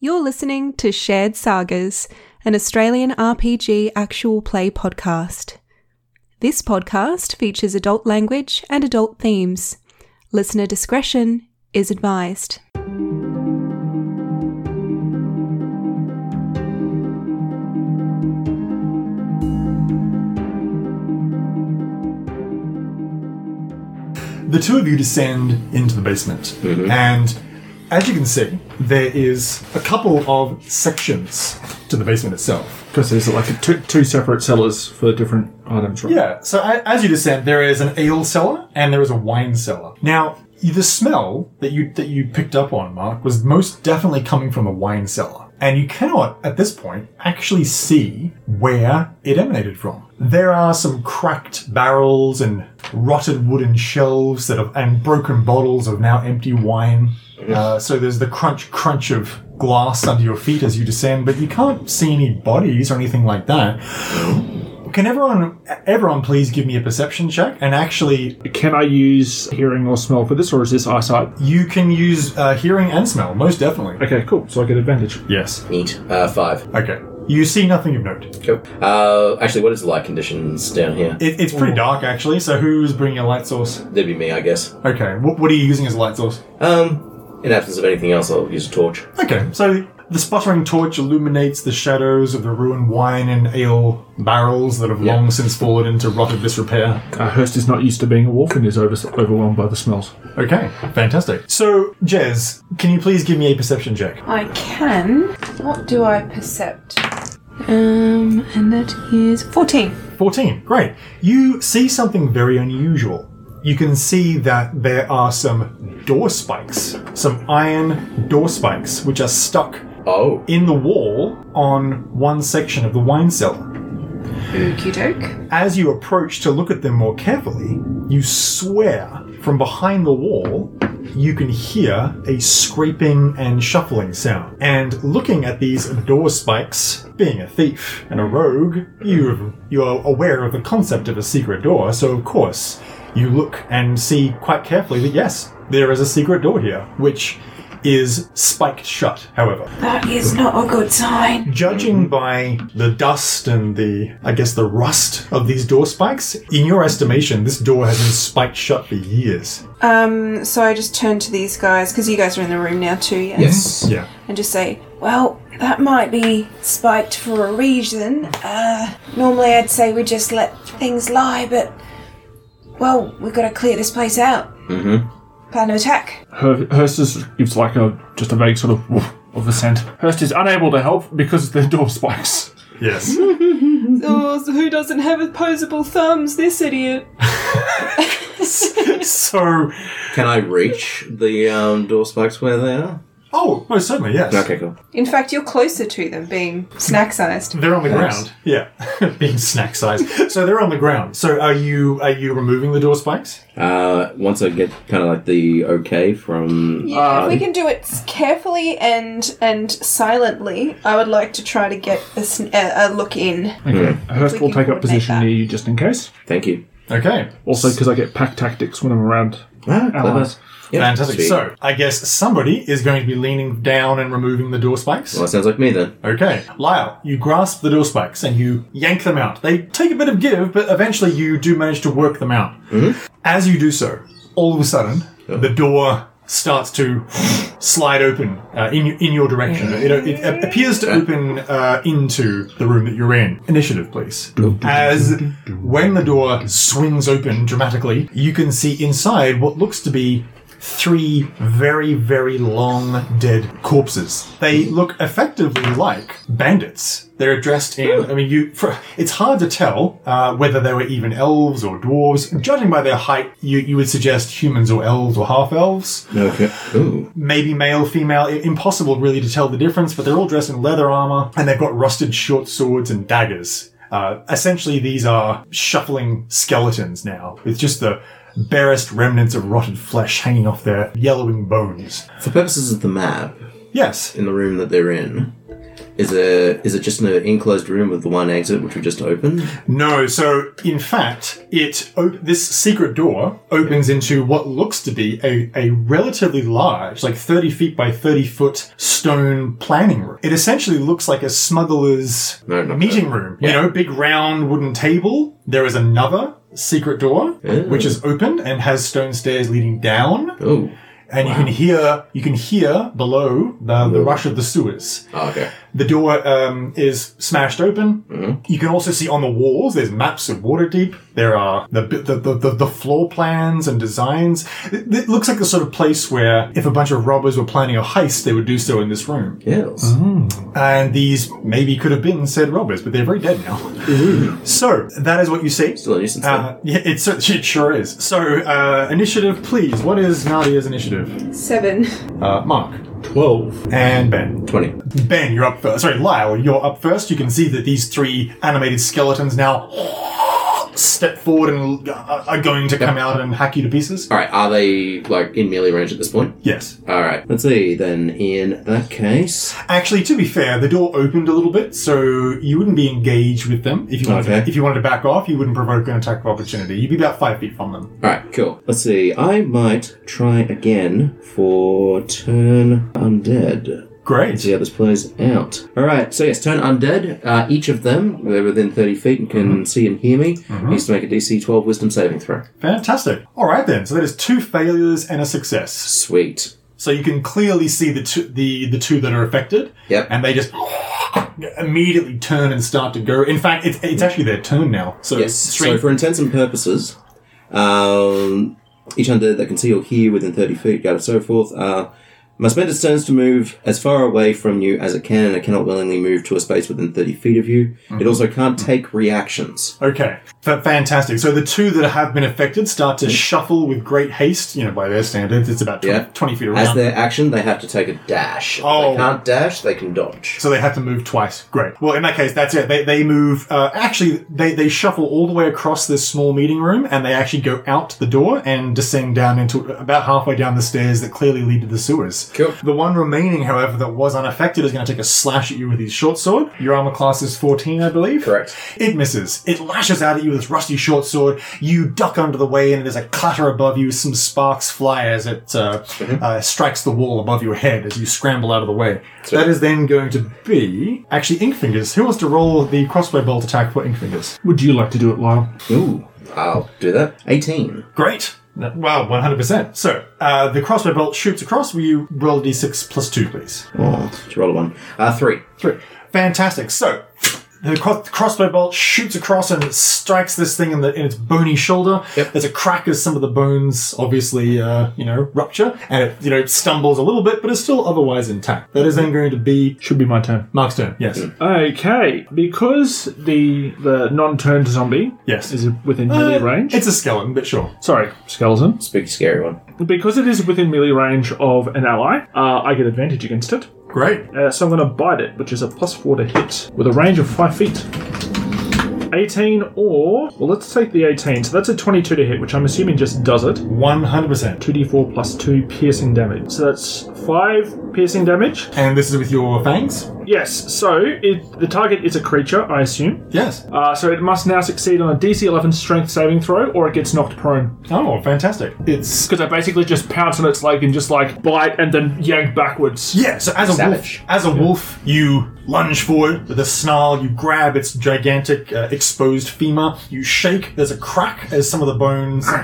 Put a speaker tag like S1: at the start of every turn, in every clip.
S1: You're listening to Shared Sagas, an Australian RPG actual play podcast. This podcast features adult language and adult themes. Listener discretion is advised.
S2: the two of you descend into the basement, and as you can see, there is a couple of sections to the basement itself.
S3: Because there's like two, two separate cellars for different items, right?
S2: Yeah, so a- as you descend, there is an ale cellar and there is a wine cellar. Now, y- the smell that you that you picked up on, Mark, was most definitely coming from the wine cellar, and you cannot at this point actually see where it emanated from. There are some cracked barrels and rotted wooden shelves that have, and broken bottles of now empty wine. Uh, so there's the crunch crunch of glass under your feet as you descend, but you can't see any bodies or anything like that. Can everyone, everyone, please give me a perception check? And actually,
S3: Can I use hearing or smell for this, or is this eyesight?
S2: you can use uh, hearing and smell, most definitely.
S3: Okay, cool. So I get advantage.
S2: Yes.
S4: Neat. Uh, five.
S2: Okay. You see nothing of note.
S4: Cool. Uh, actually, what is the light conditions down here?
S2: It, it's pretty dark, actually. So who's bringing a light source?
S4: That'd be me, I guess.
S2: Okay. What, what are you using as a light source?
S4: Um, in absence of anything else, I'll use a torch.
S2: Okay. So the sputtering torch illuminates the shadows of the ruined wine and ale barrels that have long since fallen into rotted disrepair.
S3: Uh, Hurst is not used to being a wolf and is over, overwhelmed by the smells.
S2: Okay. Fantastic. So Jez, can you please give me a perception check?
S1: I can. What do I percept? Um, and that is 14.
S2: 14. Great. You see something very unusual. You can see that there are some door spikes, some iron door spikes, which are stuck
S4: Oh.
S2: in the wall on one section of the wine cellar.
S1: Okie doke.
S2: As you approach to look at them more carefully, you swear from behind the wall you can hear a scraping and shuffling sound. And looking at these door spikes, being a thief and a rogue, you you are aware of the concept of a secret door, so of course you look and see quite carefully that yes, there is a secret door here, which is spiked shut, however.
S5: That is not a good sign.
S2: Judging by the dust and the, I guess, the rust of these door spikes, in your estimation, this door has been spiked shut for years.
S5: Um, so I just turn to these guys because you guys are in the room now too, yes?
S4: Yes.
S2: Yeah.
S5: And just say, well, that might be spiked for a reason. Uh, normally I'd say we just let things lie, but well, we've got to clear this place out. Mm-hmm. Plan of attack.
S3: Hur- Hurst is, gives like a just a vague sort of woof of assent. Hurst is unable to help because the door spikes.
S2: Yes.
S5: Oh, who doesn't have opposable thumbs? This idiot.
S2: so,
S4: Can I reach the um, door spikes where they are?
S2: oh, most certainly, yes.
S4: Okay, cool.
S5: In fact, you're closer to them, being snack sized.
S2: They're on the ground. Yeah, being snack sized. so they're on the ground. So are you are you removing the door spikes?
S4: Uh, once I get kind of like the okay from.
S5: Yeah, if we can do it s- carefully and and silently, I would like to try to get a, sn- a, a look in.
S3: Okay. Hurst
S5: We
S3: will
S5: can
S3: take
S5: coordinate
S3: up position
S5: that.
S3: near you just in case.
S4: Thank you.
S2: Okay.
S3: Also, because I get pack tactics when I'm around
S4: Ah, clever.
S3: allies.
S4: Yep,
S2: Fantastic.
S4: sweet.
S2: So I guess somebody is going to be leaning down and removing the door spikes.
S4: Well, it sounds like me then.
S2: Okay, Lyle, you grasp the door spikes and you yank them out. They take a bit of give, but eventually you do manage to work them out. As you do so, all of a sudden, the door starts to slide open uh, in in your direction. It, it a- appears to open uh, into the room that you're in. Initiative, please. As when the door swings open dramatically, you can see inside what looks to be three very, very long dead corpses. They look effectively like bandits. They're dressed in, I mean, you, for, it's hard to tell uh, whether they were even elves or dwarves. Judging by their height, you, you would suggest humans or elves or half elves.
S4: Okay. Ooh.
S2: Maybe male, female, i- impossible really to tell the difference, but they're all dressed in leather armor and they've got rusted short swords and daggers. Uh, essentially, these are shuffling skeletons now, with just the barest remnants of rotted flesh hanging off their yellowing bones.
S4: For purposes of the map,
S2: Yes.
S4: in the room that they're in, Is it is it just an enclosed room with the one exit which we just opened?
S2: No, so in fact, it op- this secret door opens into what looks to be a, a relatively large, like 30 feet by 30 foot stone planning room. It essentially looks like a smuggler's
S4: No, not
S2: meeting room. You know, big round wooden table. There is another secret door, which is open and has stone stairs leading down.
S4: Oh.
S2: And you can hear, you can hear below the, the rush of the sewers.
S4: oh okay.
S2: The door um, is smashed open. You can also see on the walls there's maps of Waterdeep. There are the the, the, the, the floor plans and designs. It, it looks like the sort of place where if a bunch of robbers were planning a heist, they would do so in this room.
S4: Yes.
S2: And these maybe could have been said robbers, but they're very dead now. so that is what you see.
S4: Still a nuisance.
S2: Uh, yeah, it, cer- it sure is. So, uh, initiative, please. What is Nadia's initiative?
S5: Seven.
S2: Uh, Mark
S3: 12.
S2: and Ben.
S4: though. Twenty.
S2: Ben, you're up first. Sorry, Lyle, you're up first. You can see that these three animated skeletons now step forward and uh, are going to come out and hack you to pieces.
S4: Alright, are they like in melee range at this point?
S2: Yes.
S4: Alright. Let's see then in that case.
S2: Actually, to be fair, the door opened a little bit, so you wouldn't be engaged with them. If you wanted,
S4: Okay.
S2: to, if you wanted to back off, you wouldn't provoke an attack of opportunity. You'd be about five feet from them.
S4: Alright, cool. Let's see. I might try again for turn undead.
S2: Great.
S4: see how this plays out. All right, so yes, turn undead. Uh, each of them, they're within 30 feet and can see and hear me, needs to make a DC 12 wisdom saving throw.
S2: Fantastic. All right then. So that is two failures and a success.
S4: Sweet.
S2: So you can clearly see the two, the the two that are affected.
S4: Yep.
S2: and they just immediately turn and start to go. In fact, it's, it's actually their turn now. So
S4: yes, so
S2: straight
S4: for intents and purposes, um, each undead that can see or hear within 30 feet, yada so forth, uh, must spend its turns to move as far away from you as it can, and it cannot willingly move to a space within 30 feet of you. It also can't take reactions.
S2: okay, F- fantastic. So the two that have been affected start
S4: Mm-hmm.
S2: to shuffle with great haste. You know, by their standards, it's about 20,
S4: Yeah.
S2: 20 feet
S4: As
S2: around.
S4: their action, they have to take a dash. If
S2: Oh.
S4: they can't dash, they can dodge.
S2: so they have to move twice. Great. Well, in that case, that's it. They, they move. Uh, actually, they, they shuffle all the way across this small meeting room, and they actually go out the door and descend down into about halfway down the stairs that clearly lead to the sewers.
S4: Cool.
S2: The one remaining, however, that was unaffected is going to take a slash at you with his short sword. Your armor class is 14, I believe.
S4: Correct.
S2: It misses. It lashes out at you with its rusty short sword. You duck under the way, and there's a clatter above you. Some sparks fly as it uh, uh, strikes the wall above your head as you scramble out of the way. that is then going to be actually Inkfingers. Who wants to roll the crossbow bolt attack for Inkfingers?
S3: Would you like to do it, Lyle?
S4: Ooh, I'll do that. 18.
S2: Great. Wow, 100%. So, uh, the crossbow bolt shoots across. Will you roll a d6 plus 2, please?
S4: Oh, just roll a one. Uh, three.
S2: Three. Fantastic. So the cro- crossbow bolt shoots across and it strikes this thing in, the, in its bony shoulder.
S4: Yep.
S2: There's a crack as some of the bones obviously, uh, you know, rupture, and it, you know, stumbles a little bit, but is still otherwise intact. That is then going to be
S3: Should be my turn.
S2: Mark's turn. Yes.
S3: Okay, because the the non-turned zombie
S2: Yes.
S3: is within melee
S2: Uh,
S3: range.
S2: It's a skeleton, but sure.
S3: Sorry, skeleton.
S4: Spooky, scary one.
S3: Because it is within melee range of an ally, uh, I get advantage against it.
S2: Great.
S3: Uh, so I'm going to bite it, which is a plus four to hit with a range of five feet. 18 or well, let's take the 18. So that's a 22 to hit, which I'm assuming just does it.
S2: 100%.
S3: 2d4 plus 2 piercing damage. So that's 5 piercing damage.
S2: And this is with your fangs?
S3: Yes, so it, the target is a creature, I assume.
S2: Yes.
S3: Uh, so it must now succeed on a DC 11 strength saving throw or it gets knocked prone.
S2: Oh, fantastic. It's.
S3: Because I basically just pounce on its leg and just like bite and then yank backwards.
S2: Yeah, so as a
S4: Savage.
S2: wolf, as a wolf, you lunge forward with a snarl. You grab its gigantic uh, exposed femur. You shake. There's a crack as some of the bones. the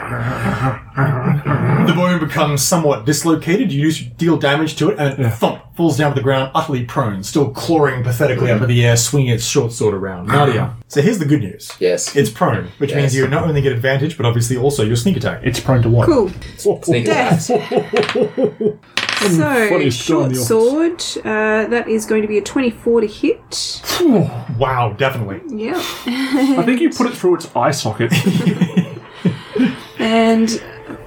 S2: bone becomes somewhat dislocated. You just deal damage to it, and it thump falls down to the ground, utterly prone, still clawing pathetically up in the air, swinging its short sword around. Nadia. So here's the good news.
S4: Yes.
S2: It's prone, which means
S4: Yes.
S2: you not only get advantage, but obviously also your sneak attack.
S3: It's prone to what?
S1: Cool.
S4: Sneak attack.
S1: Death. So,
S3: funniest guy in
S1: short
S3: the office.
S1: sword, uh, that is going to be a 24 to hit.
S2: Wow, definitely.
S1: Yeah.
S3: I think you put it through its eye socket.
S1: And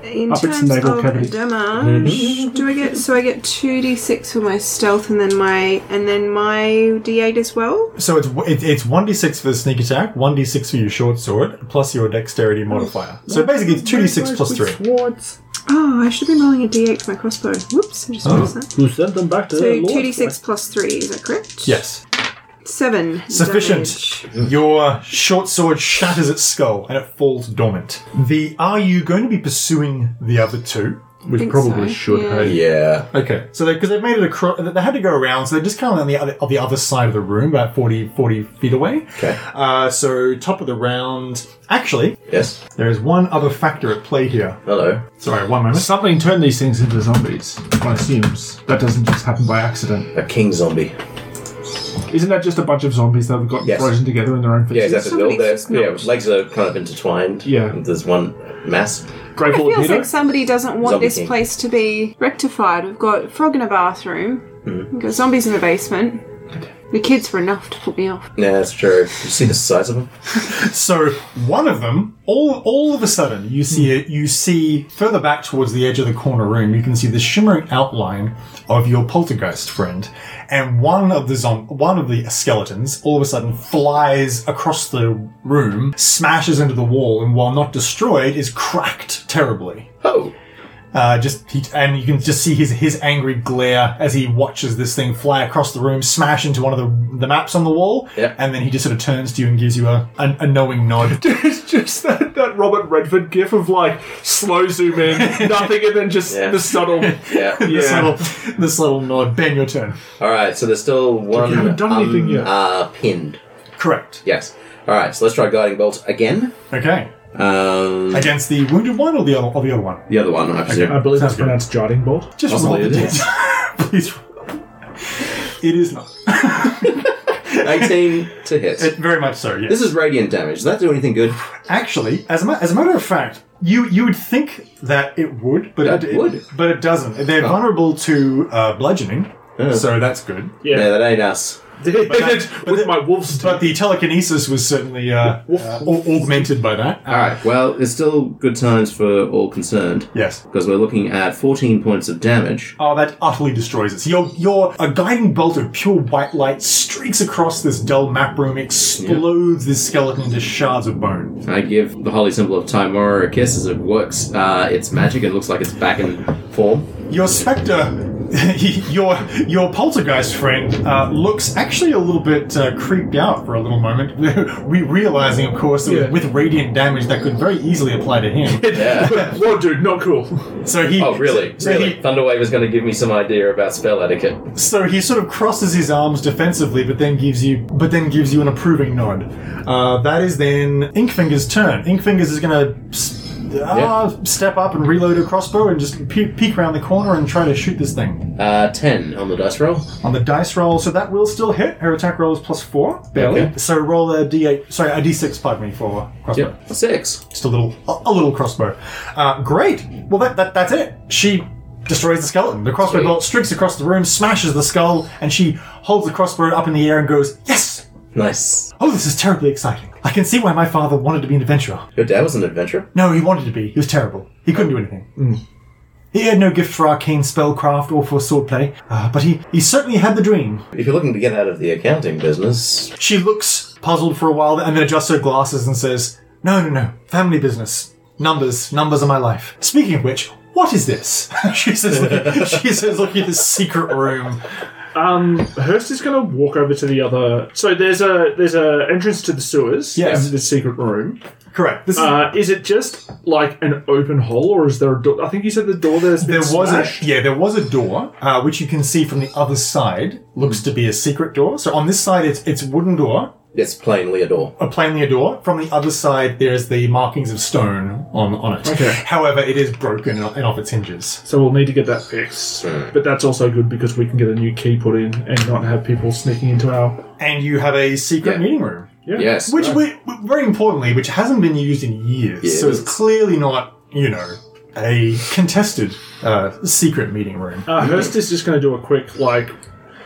S1: in
S3: Up its
S1: terms of
S3: navel cavity.
S1: damage, do I get so I get 2d6 for my stealth and then my and then my d8 as well?
S2: So it's it, it's one d six for the sneak attack, one d six for your short sword, plus your dexterity modifier. So basically, it's two d six plus three.
S1: Oh, I should have been rolling a d8 for my crossbow. Whoops, I just noticed that.
S6: Who sent them back to
S1: So
S6: their lord?
S1: 2d6 plus 3, is that correct?
S2: Yes.
S1: Seven.
S2: Sufficient.
S1: damage.
S2: Your short sword shatters its skull and it falls dormant. The are you going to be pursuing the other two?
S3: We
S1: think
S3: probably
S1: so,
S3: should,
S1: yeah.
S3: hey?
S4: Yeah.
S2: Okay, so because they, have made it across, they had to go around, so they're just kind of on the other, on the other side of the room, about 40, 40 feet away.
S4: Okay.
S2: Uh, so top of the round. Actually,
S4: Yes.
S2: there is one other factor at play here.
S4: Hello.
S2: Sorry, one moment.
S3: Something turned these things into zombies, one assumes. That doesn't just happen by accident.
S4: A king zombie.
S3: Isn't that just a bunch of zombies that have got
S4: Yes.
S3: frozen together in their own
S4: Yeah,
S3: faces?
S4: exactly. They're all
S1: Somebody's
S4: there.
S1: just
S4: Yeah,
S1: not-
S4: legs are kind of intertwined.
S3: Yeah.
S4: There's one mass.
S1: It
S3: Grateful
S1: feels
S3: Hero?
S1: like somebody doesn't want
S4: Zombie
S1: this
S4: king.
S1: place to be rectified. We've got frog in a bathroom. We've got zombies in the basement. The kids were enough to put me off.
S4: Yeah, that's true. You see the size of them?
S2: So one of them, all all of a sudden, you see it. You see further back towards the edge of the corner room. You can see the shimmering outline of your poltergeist friend, and one of the zom- one of the skeletons, all of a sudden, flies across the room, smashes into the wall, and while not destroyed, is cracked terribly.
S4: Oh.
S2: Uh, just he, and you can just see his his angry glare as he watches this thing fly across the room, smash into one of the the maps on the wall,
S4: Yeah.
S2: and then he just sort of turns to you and gives you a a, a knowing nod.
S3: It's just that, that Robert Redford gif of like slow zoom in, nothing, and then just
S4: Yeah.
S3: the subtle.
S4: Yeah.
S2: This
S3: Yeah.
S2: little this little nod. Ben, your turn.
S4: All right. So there's still one.
S3: haven't done anything yet.
S4: Uh, pinned.
S2: Correct.
S4: Yes. All right. So let's try guiding bolt again.
S2: Okay.
S4: Um,
S2: Against the wounded one or the other or the other one.
S4: the other one, I presume.
S3: I believe
S2: Sounds
S3: that's
S2: good.
S3: pronounced Jarding Bolt.
S2: Just
S4: Possibly
S2: roll the
S4: it is.
S2: dice. Please. roll. It is not.
S4: 18 to hit.
S2: It, very much so. Yes.
S4: this is radiant damage. Does that do anything good?
S2: Actually, as a, ma- as a matter of fact, you you would think that it would, but
S4: That
S2: it,
S4: would. Oh.
S2: but it doesn't. They're vulnerable to uh, bludgeoning, so that's good.
S4: Yeah. No, that ain't us.
S3: With my wolf's
S2: But the telekinesis was certainly uh, uh, au- augmented by that.
S3: Ah.
S4: All right. Well, it's still good times for all concerned.
S2: Yes.
S4: Because we're looking at 14 points of damage.
S2: Oh, that utterly destroys it. So your your a guiding bolt of pure white light streaks across this dull map room, explodes this skeleton into shards of bone.
S4: I give the holy symbol of Timora a kiss as it works uh, its magic and looks like it's back in form.
S2: Your spectre. your your poltergeist friend uh, looks actually a little bit uh, creeped out for a little moment, we realizing, of course, that
S3: Yeah.
S2: with radiant damage that could very easily apply to him.
S4: Yeah.
S3: Whoa, dude, not cool.
S2: So he
S4: oh, really?
S2: So
S4: really?
S2: he
S4: Thunderwave is going to give me some idea about spell etiquette.
S2: So he sort of crosses his arms defensively, but then gives you, but then gives you an approving nod. Uh, that is then Inkfinger's turn. Inkfingers is gonna s- ah, step up and reload a crossbow and just pe- peek around the corner and try to shoot this thing
S4: Uh, 10 on the dice roll.
S2: on the dice roll. So that will still hit. Her attack roll is plus four, barely.
S4: Okay.
S2: So roll a d8, sorry, a d6. Pardon me for crossbow.
S4: Yep. 6.
S2: Just a little, a, a little crossbow. Uh, great. Well, that, that that's it. She destroys the skeleton. The crossbow
S4: Sweet.
S2: bolt streaks across the room, smashes the skull, and she holds the crossbow up in the air and goes, "Yes!
S4: Nice.
S2: Oh, this is terribly exciting. I can see why my father wanted to be an adventurer.
S4: Your dad was an adventurer.
S2: No, he wanted to be. He was terrible. He couldn't do anything." He had no gift for arcane spellcraft or for swordplay, uh, but he, he certainly had the dream.
S4: If you're looking to get out of the accounting business,
S2: She looks puzzled for a while and then adjusts her glasses and says, No, no, no, family business. Numbers, numbers are my life. Speaking of which, what is this? she says, looking, she says, looking at this secret room.
S3: Hurst is going to walk over to the other. So there's a there's a entrance to the sewers.
S2: Yes.
S3: in the secret room.
S2: Correct. This is,
S3: Uh, is it just like an open hole, or is there a door? I think you said the door there's been
S2: there was a,
S3: smashed.
S2: yeah, there was a door, uh, which you can see from the other side looks to be a secret door. So on this side, it's, it's a wooden door,
S4: it's plainly a door.
S2: a plainly a door. From the other side, there's the markings of stone on, on it.
S3: Okay.
S2: However, it is broken and off its hinges.
S3: So we'll need to get that fixed. But that's also good because we can get a new key put in and not have people sneaking into our.
S2: And you have a secret
S4: Yeah.
S2: meeting room.
S3: Yeah.
S4: Yes.
S2: which we, very importantly, which hasn't been used in years, so it's
S4: Years.
S2: clearly not, you know, a contested uh, secret meeting room.
S3: Uh, Hurst is just going to do a quick like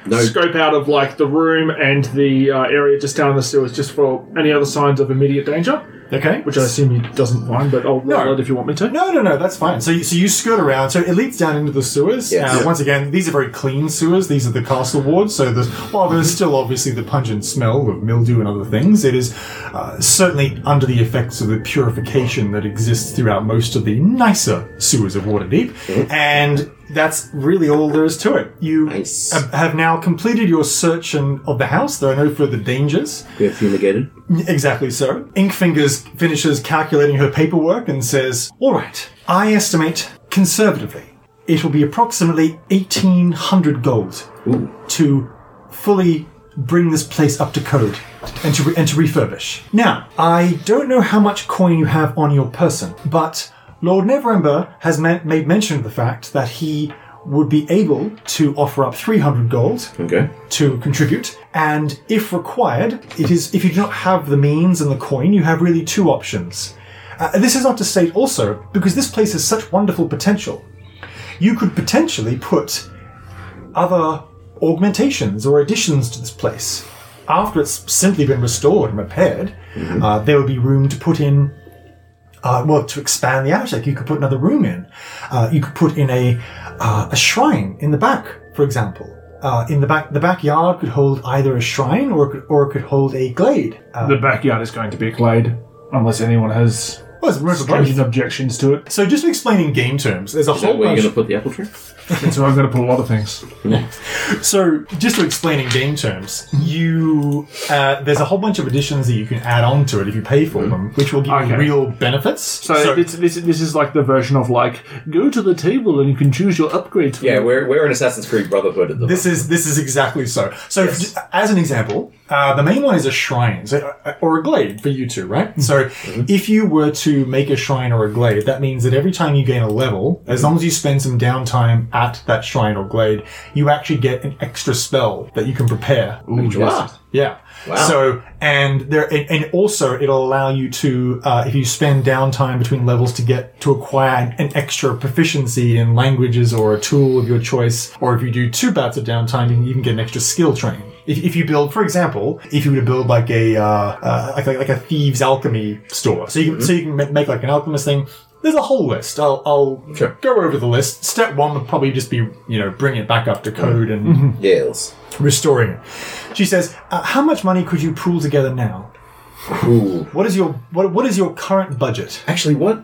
S4: no,
S3: scope out of like the room and the uh, area just down in the sewers just for any other signs of immediate danger,
S2: Okay,
S3: which I assume he doesn't mind. But I'll roll
S2: No.
S3: it if you want me to.
S2: No, no, no, that's fine. So, you, so you skirt around. So it leads down into the sewers.
S4: Yes.
S2: Uh,
S4: Yeah.
S2: Once again, these are very clean sewers. These are the castle wards. So there's, while
S4: Mm-hmm.
S2: there's still obviously the pungent smell of mildew and other things, it is uh, certainly under the effects of the
S4: Mm-hmm.
S2: purification that exists throughout most of the nicer sewers of Waterdeep. And that's really all there is to it. You
S4: Nice.
S2: have- have now completed your search and of the house. There are no further dangers.
S4: We're fumigated.
S2: Exactly so. Inkfingers finishes calculating her paperwork and says, All right, I estimate conservatively it will be approximately 1800 gold
S4: Ooh.
S2: to fully bring this place up to code and to, and to refurbish. Now, I don't know how much coin you have on your person, but Lord Neverember has ma- made mention of the fact that he would be able to offer up 300 gold
S4: Okay.
S2: to contribute, and if required, it is if you do not have the means and the coin, you have really two options. Uh, this is not to state also because this place has such wonderful potential. You could potentially put other augmentations or additions to this place after it's simply been restored and repaired. Uh, there would be room to put in. Uh, well, to expand the attic, you could put another room in. Uh, you could put in a uh, a shrine in the back, for example. Uh, in the back, the backyard could hold either a shrine or it could, or it could hold a glade. Uh,
S3: The backyard is going to be a glade, unless anyone has
S2: well, it's a room for both.
S3: stringent objections to it.
S2: So just to explain in game terms, there's a
S4: Is that
S2: whole
S4: where
S2: bunch.
S4: you're going to put the apple tree?
S3: And so I'm going to put a lot of things.
S2: So just to explain in game terms, you uh, there's a whole bunch of additions that you can add on to it if you pay
S4: Mm-hmm.
S2: for them, which will give you
S3: Okay.
S2: real benefits.
S3: So, it's, this, this is like the version of like go to the table and you can choose your upgrades.
S4: Yeah, we're, we're an Assassin's Creed Brotherhood at the
S2: this is this is exactly so. So j- as an example, uh, the main one is a shrine so, uh, or a glade for you two, right? So
S4: Mm-hmm.
S2: if you were to make a shrine or a glade, that means that every time you gain a level, as long as you spend some downtime at that shrine or glade, you actually get an extra spell that you can prepare.
S3: Ooh, yes.
S2: Yeah.
S4: Wow.
S2: So and there and, and also it'll allow you to uh, if you spend downtime between levels to get to acquire an extra proficiency in languages or a tool of your choice, or if you do two bouts of downtime, you can even get an extra skill train. If, if you build, for example, if you were to build like a uh, uh, like, like like a thieves alchemy store, so you can so you can ma- make like an alchemist thing. There's a whole list. I'll, I'll
S4: Sure.
S2: go over the list. Step one would probably just be you know bring it back up to code and
S4: Yes.
S2: restoring it. She says, uh, "How much money could you pool together now?
S4: Ooh.
S2: What is your what, what is your current budget?"
S4: Actually, what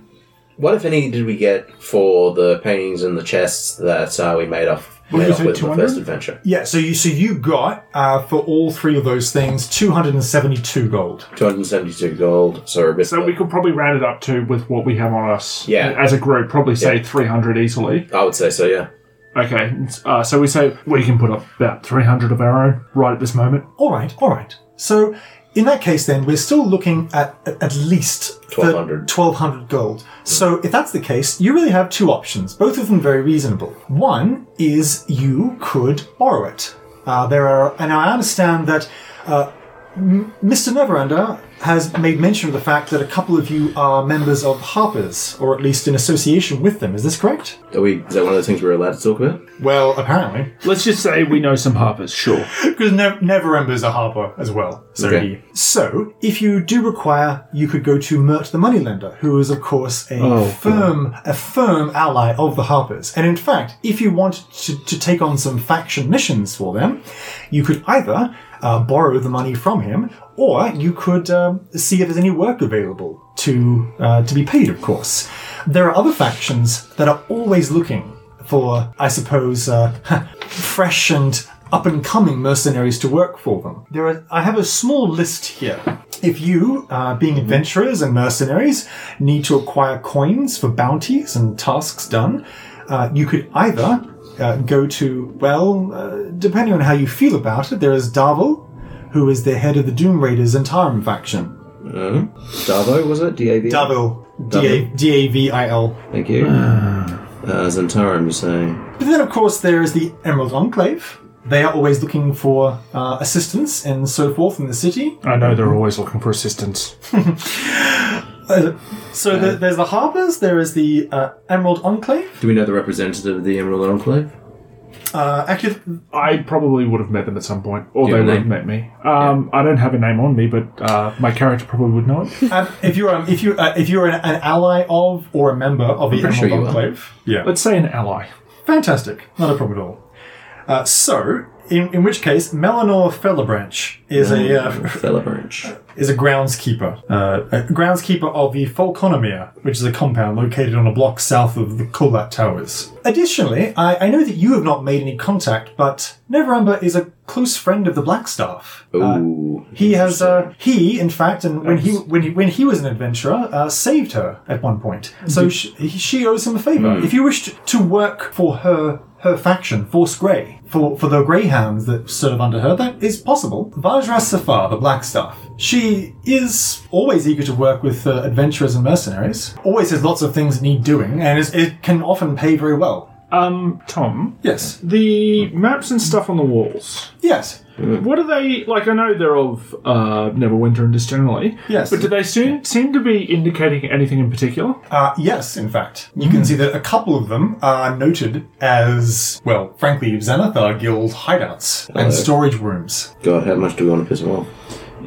S4: what if any did we get for the paintings and the chests that uh, we made off made
S2: was
S4: off
S2: it,
S4: with in the
S2: 200?
S4: first adventure?
S2: Yeah, so you so you got uh, for all three of those things two hundred and seventy two gold.
S4: Two hundred and seventy two gold. So a bit-
S3: So we could probably round it up to with what we have on us.
S4: Yeah.
S3: As a group, probably say 300 easily.
S4: I would say so. Yeah.
S3: Okay. Uh, so we say we can put up about 300 of our own right at this moment.
S2: All right, all right. So in that case, then we're still looking at at, at least
S4: 1200.
S2: twelve hundred Hmm. gold. So if that's the case, you really have two options, both of them very reasonable. One is you could borrow it. Uh, there are, and I understand that. Uh, Mr. Neverender has made mention of the fact that a couple of you are members of Harper's, or at least in association with them. Is this correct?
S4: Are we? Is that one of the things we're allowed to talk about?
S2: Well, apparently,
S3: Let's just say we know some harpers, sure.
S2: because ne- Neverember's a Harper as well. So,
S4: Okay.
S2: he- so if you do require, you could go to Mert the Moneylender, who is of course a
S3: Oh,
S2: firm, a firm ally of the Harpers. And in fact, if you want to, to take on some faction missions for them, you could either uh, borrow the money from him, or you could um, see if there's any work available to uh, to be paid. Of course, there are other factions that are always looking for, I suppose, uh, fresh and up and coming mercenaries to work for them. There are. I have a small list here. If you, uh, being adventurers and mercenaries, need to acquire coins for bounties and tasks done, uh, you could either uh, go to, well, uh, depending on how you feel about it, there is Darvel, who is the head of the Doom Raiders and Tarim faction.
S4: Davo was it? D A V.
S2: Darvel. D A- D-A-V-I-L.
S4: Thank you.
S2: Ah.
S4: Uh, Zentarum, you say?
S2: But then, of course, there is the Emerald Enclave. They are always looking for uh, assistance and so forth in the city.
S3: I know they're always looking for assistance.
S2: Uh, So
S4: Uh.
S2: the, there's the harbors, there is the uh, Emerald Enclave.
S4: Do we know the representative of the Emerald Enclave?
S2: Uh, actually,
S3: I probably would have met them at some point, or
S4: you
S3: they
S4: have a
S3: would have met me. Um, I don't have a name on me, but uh, my character probably would know it.
S2: um, if you're um, if you uh, if you're an, an ally of or a member of the Emerald
S4: pretty sure you are.
S2: Enclave, yeah,
S3: Let's say an ally.
S2: Fantastic. Not a problem at all. Uh, so, In, in which case, Melanor Fellabranch is a uh,
S4: Fella branch.
S2: is a groundskeeper, uh, a groundskeeper of the Falconomere, which is a compound located on a block south of the Kulat Towers. Additionally, I, I know that you have not made any contact, but Neverember is a close friend of the Blackstaff. Uh,
S4: Ooh.
S2: he has, uh, he in fact, and when he when he when he was an adventurer, uh, saved her at one point. So she, he- she owes him a favor. If you wished to work for her. Her faction, Force Grey, for, for the Greyhounds that serve under her, that is possible. Vajra Safar, the Black Staff, she is always eager to work with uh, adventurers and mercenaries. Always has lots of things that need doing, and is, it can often pay very well.
S3: Um, Tom,
S2: Yes,
S3: the maps and stuff on the walls.
S2: yes.
S3: What are they like? I know they're of uh, Neverwinter and just generally.
S2: Yes.
S3: But do they soon seem to be indicating anything in particular?
S2: Uh, yes, in fact. You
S3: Hmm.
S2: can see that a couple of them are noted as, well, frankly, Xanathar Guild hideouts and storage rooms.
S4: God, how much do we want to piss him off?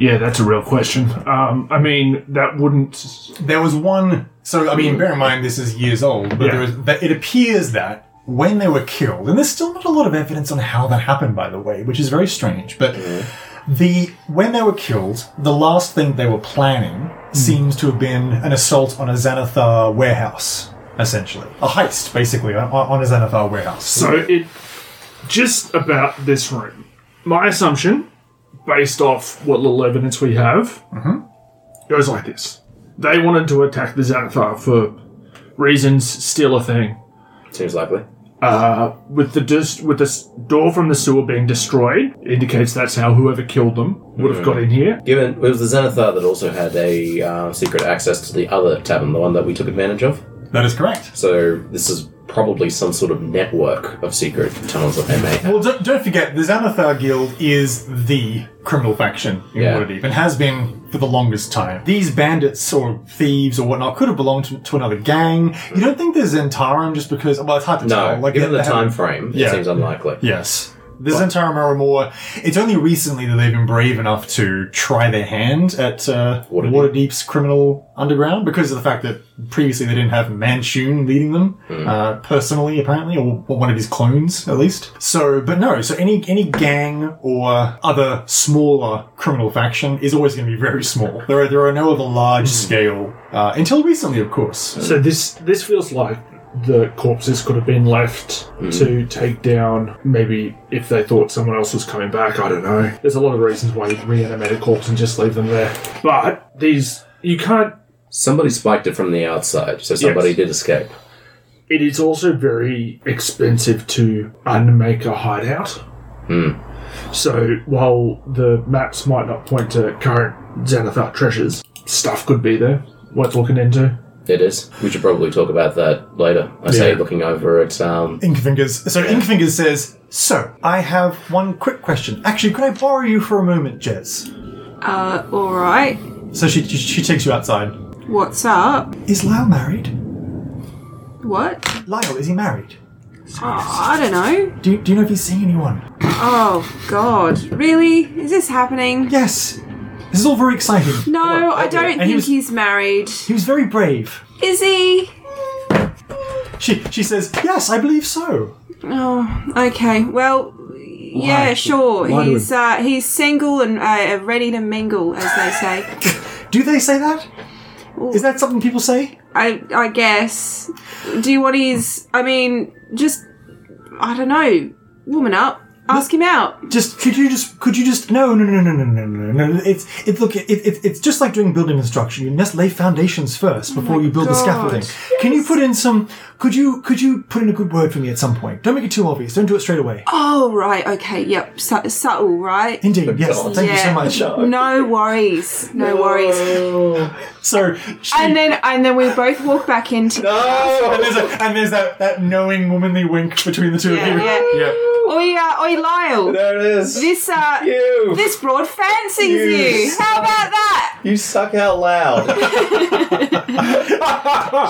S3: Yeah, that's a real question. Um, I mean, that wouldn't.
S2: There was one, so, I mean, bear in mind this is years old, but
S3: Yeah.
S2: there is, that it appears that when they were killed, and there's still not a lot of evidence on how that happened, by the way, which is very strange, but the when they were killed, the last thing they were planning
S3: Hmm.
S2: seems to have been an assault on a Xanathar warehouse, essentially. A heist, basically, on, on a Xanathar warehouse.
S3: So it just about this room. My assumption, based off what little evidence we have, goes like this: They wanted to attack the Xanathar for reasons still a thing.
S4: Seems likely.
S3: Uh, with the dis- with the s- door from the sewer being destroyed, indicates that's how whoever killed them would have got in here.
S4: Given it was the Xanathar that also had a uh, secret access to the other tavern, the one that we took advantage of.
S2: that is correct.
S4: So this is probably some sort of network of secret tunnels that they may have.
S2: Well, don't, don't forget, the Xanathar Guild is the criminal faction in
S4: Yeah.
S2: Waterdeep and has been for the longest time. These bandits or thieves or whatnot could have belonged to, to another gang. You don't think there's Zentarum just because, well, it's hard to
S4: No,
S2: tell. Like,
S4: given
S2: they-
S4: the
S2: they
S4: time
S2: haven't-
S4: frame,
S2: Yeah.
S4: it seems unlikely.
S2: Yes. The Zentarum are more. It's only recently that they've been brave enough to try their hand at uh,
S4: Waterdeep.
S2: Waterdeep's criminal underground because of the fact that previously they didn't have Manchun leading them uh, personally, apparently, or one of his clones at least. So, but no. So any any gang or other smaller criminal faction is always going to be very small. There are there are no other large scale uh, until recently, of course.
S3: So this this feels like the corpses could have been left
S4: Hmm.
S3: to take down. Maybe if they thought someone else was coming back, I don't know. There's a lot of reasons why you'd reanimate a corpse and just leave them there. But these you can't.
S4: Somebody spiked it from the outside, so somebody did escape.
S3: It is also very expensive to unmake a hideout.
S4: Hmm.
S3: So while the maps might not point to current Xanathar treasures, stuff could be there worth looking into.
S4: It is. We should probably talk about that later. I say
S2: Yeah.
S4: looking over at um
S2: Inkfingers. So Inkfingers says, "So I have one quick question. Actually, could I borrow you for a moment, Jez?"
S1: Uh, alright.
S2: So she she, she takes you outside.
S1: What's up?
S2: Is Lyle married?
S1: What?
S2: Lyle, is he married?
S1: Oh, I don't know.
S2: Do you, do you know if he's seeing anyone?
S1: Oh, God. Really? Is this happening?
S2: Yes. This is all very exciting.
S1: No, I don't
S2: And he
S1: think
S2: was-
S1: he's married.
S2: He was very brave.
S1: Is he?
S2: She she says, "Yes, I believe so."
S1: Oh, okay. Well, yeah, sure.
S3: why do
S1: He's uh, he's single and uh, ready to mingle, as they say.
S2: Do they say that? Is that something people say?
S1: I I guess. Do what he's. I mean, just I don't know. Woman up. Ask him out.
S2: Just could you just could you just no no no no no no no no, no it's it look it, it it's just like doing building construction you must lay foundations first before you build the
S1: Oh God.
S2: scaffolding. Can you put in some could you could you put in a good word for me at some point? Don't make it too obvious. Don't do it straight away.
S1: Oh right. Okay. Yep. Su- subtle. Right.
S2: Indeed, yes. Thank
S1: Yeah.
S2: you so much.
S1: No worries. No, worries.
S2: So she,
S1: And then and then we both walk back into.
S4: Oh,
S2: and there's, a, and there's that, that knowing womanly wink between the two
S1: Yeah,
S2: of you.
S1: yeah. Oi, uh, oi, Lyle.
S4: There it is.
S1: This uh,
S4: You.
S1: this broad fancies
S4: You
S1: you.
S4: suck.
S1: How about that?
S4: You suck out loud.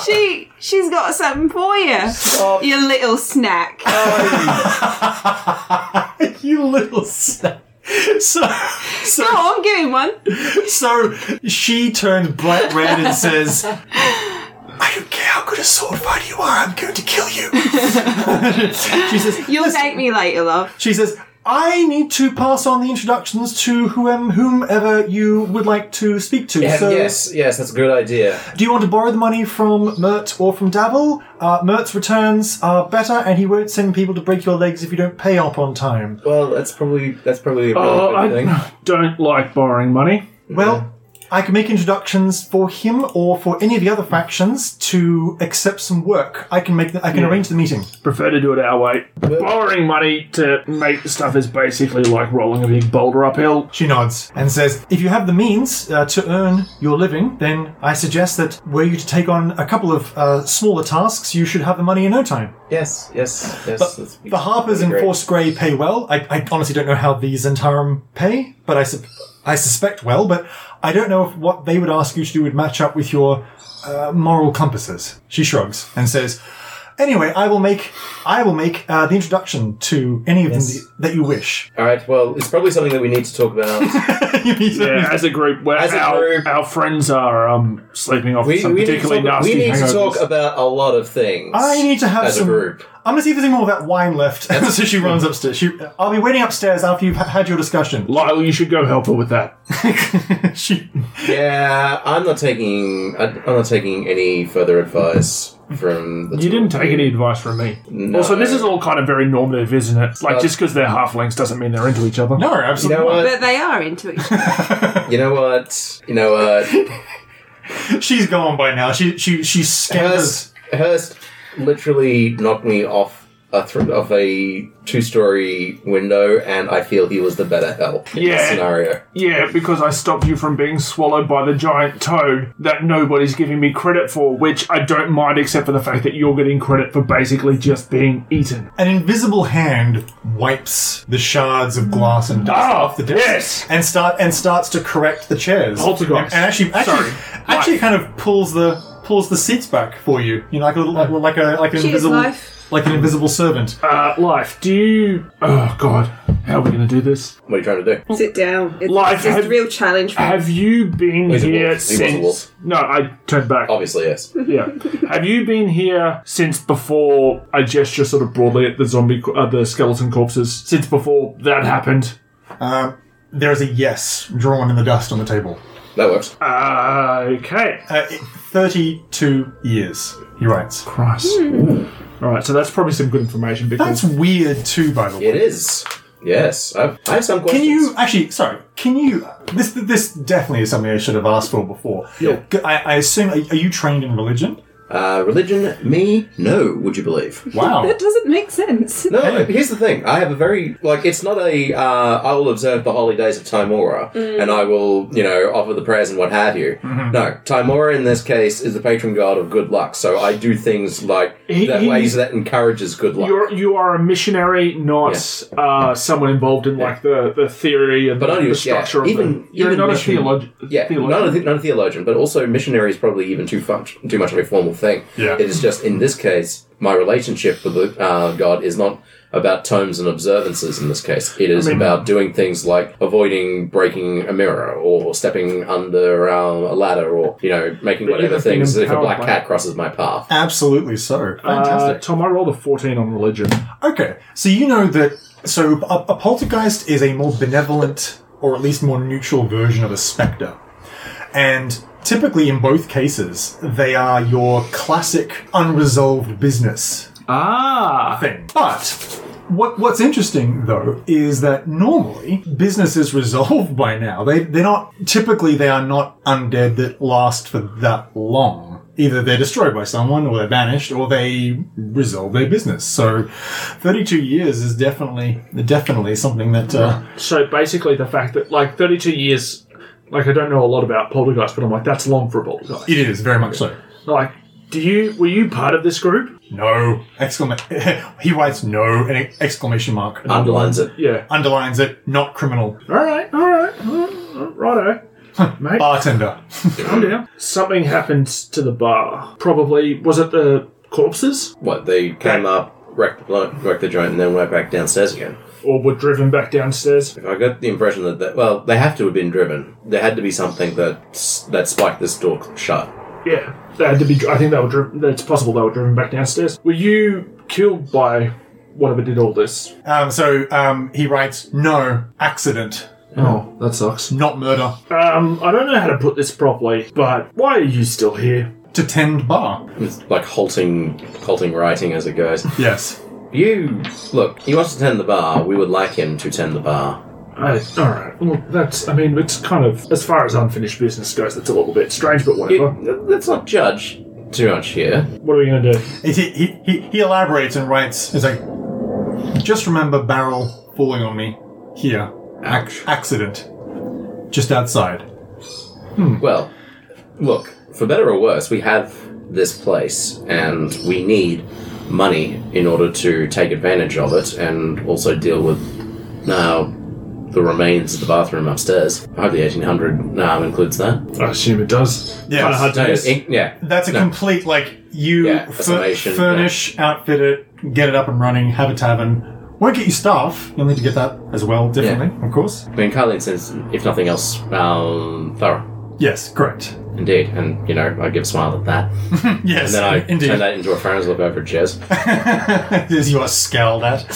S1: She she's got something for you. You little snack.
S2: you little snap. So, so,
S1: Go on, give him Oh, one.
S2: so she turns bright red and says, I don't care how good a sword fighter you are, I'm going to kill you. she says,
S1: You'll
S2: "Listen,"
S1: thank me later, love.
S2: she says, I need to pass on the introductions to whom, whomever you would like to speak to.
S4: Yeah,
S2: so,
S4: yes, yes, that's a good idea.
S2: do you want to borrow the money from Mert or from Dabble? Uh, Mert's returns are better, and he won't send people to break your legs if you don't pay up on time.
S4: Well, that's probably that's probably a really
S3: Oh,
S4: good thing.
S3: I don't like borrowing money.
S2: Well, I can make introductions for him or for any of the other factions to accept some work. I can make the, I can arrange the meeting.
S3: Prefer to do it our way. Borrowing money to make stuff is basically like rolling a big boulder uphill.
S2: She nods and says, If you have the means uh, to earn your living, then I suggest that were you to take on a couple of uh, smaller tasks, you should have the money in no time.
S4: Yes, yes, yes. that's-
S2: The Harpers and
S4: great.
S2: Force Grey pay well. I, I honestly don't know how the Zentarum pay, but I, sup I suspect well, but I don't know if what they would ask you to do would match up with your uh, moral compasses. She shrugs and says, Anyway, I will make I will make uh, the introduction to any of
S4: Yes.
S2: them that you wish.
S4: All right. Well, it's probably something that we need to talk about.
S3: Yeah, as a group, where
S4: As a
S3: our,
S4: group.
S3: our friends are um, sleeping off
S4: we,
S3: some
S4: we need to
S3: particularly
S4: talk, we
S3: nasty
S4: need to
S3: hangovers.
S4: talk about a lot of things.
S2: I need to have
S4: as
S2: some.
S4: a group.
S2: I'm gonna see if there's any more of that wine left. so she runs upstairs. She, I'll be waiting upstairs after you've ha- had your discussion.
S3: Lyle, you should go help her with that.
S2: She,
S4: Yeah, I'm not taking. I, I'm not taking any further advice from. The
S3: You didn't take any advice from me. Also, this is all kind of very normative, isn't it?
S4: Uh,
S3: Like, just because they're halflings doesn't mean they're into each other.
S2: no,
S4: You know
S2: absolutely.
S4: what?
S6: But they are into each other.
S4: You know what? You know what?
S2: She's gone by now. She she she scatters.
S4: Hurst, Hurst literally knocked me off a thr off a two-story window, and I feel he was the better help in this
S3: Yeah.
S4: scenario.
S3: Yeah, because I stopped you from being swallowed by the giant toad that nobody's giving me credit for, which I don't mind except for the fact that you're getting credit for basically just being eaten.
S2: An invisible hand wipes the shards of glass and dust
S3: Ah,
S2: off the desk
S3: yes.
S2: and start and starts to correct the chairs.
S3: Poltergeist.
S2: And actually, actually,
S3: Sorry.
S2: actually, kind of pulls the pulls the seats back for you. You know, like a like, like a like an
S6: Cheers,
S2: invisible
S6: life.
S2: like an invisible servant.
S3: Uh, Life, do you. Oh, God. How are we going to do this?
S4: What are you trying to do?
S6: Sit down. It's,
S3: Life
S6: it's just
S3: had-
S6: a real challenge for
S3: Have you been
S4: He's a
S3: here
S4: wolf. He was a
S3: since.
S4: wolf.
S3: No, I turned back.
S4: Obviously, yes.
S3: Yeah. Have you been here since before I gesture sort of broadly at the zombie, uh, the skeleton corpses, since before that happened?
S2: Um, there's a yes drawn in the dust on the table.
S4: That works.
S3: Uh, okay.
S2: Uh, Thirty-two years. He writes.
S3: Christ. Alright, so that's probably some good information because.
S2: That's weird too, by the way.
S4: It is. Yes, I've, I have some
S2: Can
S4: questions.
S2: you actually? Sorry. Can you? This this definitely is something I should have asked for before.
S4: Yeah.
S2: I, I assume. Are, are you trained in religion?
S4: Uh, religion? Me? No. Would you believe?
S2: Wow.
S6: That doesn't make sense.
S4: No, here's the thing. I have a very like. It's not a. Uh, I will observe the holy days of Timora, and I will, you know, offer the prayers and what have you.
S3: Mm-hmm.
S4: No, Timora in this case is the patron god of good luck. So I do things like
S3: He-
S4: that
S3: he-
S4: ways that encourages good luck.
S3: You're, you are a missionary, not uh, someone involved in like the, the theory and
S4: But
S3: the,
S4: I do-
S3: the structure
S4: yeah,
S3: of
S4: even-
S3: the. You're
S4: even
S3: not
S4: mission-
S3: a theologian.
S4: yeah, not a,
S3: theologian.
S4: th- not a theologian, but also missionary is probably even too much too much of a formal thing.
S2: Yeah.
S4: it is just in this case, my relationship with the uh, God is not about tomes and observances. In this case, it is
S3: mean-
S4: about doing things like avoiding breaking a mirror or stepping under um, a ladder or you know making
S3: But
S4: whatever
S3: you've been
S4: things if a
S3: empowered
S4: black
S3: by
S4: cat crosses my path.
S2: Absolutely so. Uh,
S3: Uh, Tom, I rolled a 14 on religion.
S2: Okay. So you know that. So a, a poltergeist is a more benevolent, or at least more neutral version of a specter, and typically in both cases they are your classic unresolved business
S3: Ah!
S2: thing. But what what's interesting though is that normally business is resolved by now. They they're not typically they are not undead that last for that long. Either they're destroyed by someone, or they're banished, or they resolve their business. So, thirty-two years is definitely definitely something that uh,
S3: So basically, the fact that like 32 years, like I don't know a lot about poltergeist, but I'm like that's long for a poltergeist.
S2: it is very much so.
S3: Like, do you were you part of this group?
S2: No exclamation! he writes no an exclamation mark
S4: Underlines it.
S3: Yeah.
S2: underlines it. Not criminal
S3: All right. All right. all right, Righto. Mate,
S2: bartender.
S3: calm down. Something happened to the bar. Probably was it the corpses,
S4: What they came up, wrecked, the- wrecked the joint, and then went back downstairs again.
S3: or were driven back downstairs?
S4: I got the impression that, that well, they have to have been driven. There had to be something that that spiked this door shut.
S3: Yeah, they had to be. I think they were driven. It's possible they were driven back downstairs. Were you killed by whatever did all this.
S2: Um, so um, he writes, no, accident,
S3: Oh, that sucks.
S2: not murder,
S3: Um, I don't know how to put this properly, but why are you still here?
S2: to tend bar.
S4: It's like halting, halting writing as it goes.
S2: Yes.
S4: You look. He wants to tend the bar. We would like him to tend the bar.
S3: I, all right. Well, that's. I mean, it's kind of as far as unfinished business goes. That's a little bit strange, but whatever.
S4: You, let's not judge too much here.
S3: What are we gonna do?
S2: He, he, he, he elaborates and writes, he's like, just remember barrel falling on me here. Ac- accident. Just outside.
S4: Well, look. For better or worse, we have this place, and we need money in order to take advantage of it, and also deal with now the remains of the bathroom upstairs. I hope the eighteen hundred now includes that.
S3: I assume it does.
S2: Yes.
S3: Kind of hard to
S4: No,
S3: guess.
S4: it- yeah.
S2: That's a
S4: No.
S2: complete, like, you
S4: Yeah, a
S2: fur-
S4: summation,
S2: furnish, outfit it, get it up and running, have a tavern. Won't get you staff. You'll need to get that as well, definitely, of course.
S4: I mean, Carlene says, if nothing else, um, thorough.
S2: Yes, correct.
S4: Indeed, and you know, I give a smile at that,
S2: Yes,
S4: and then I
S2: indeed.
S4: turn that into a frown and look over at Jez.
S2: as you are scowled at.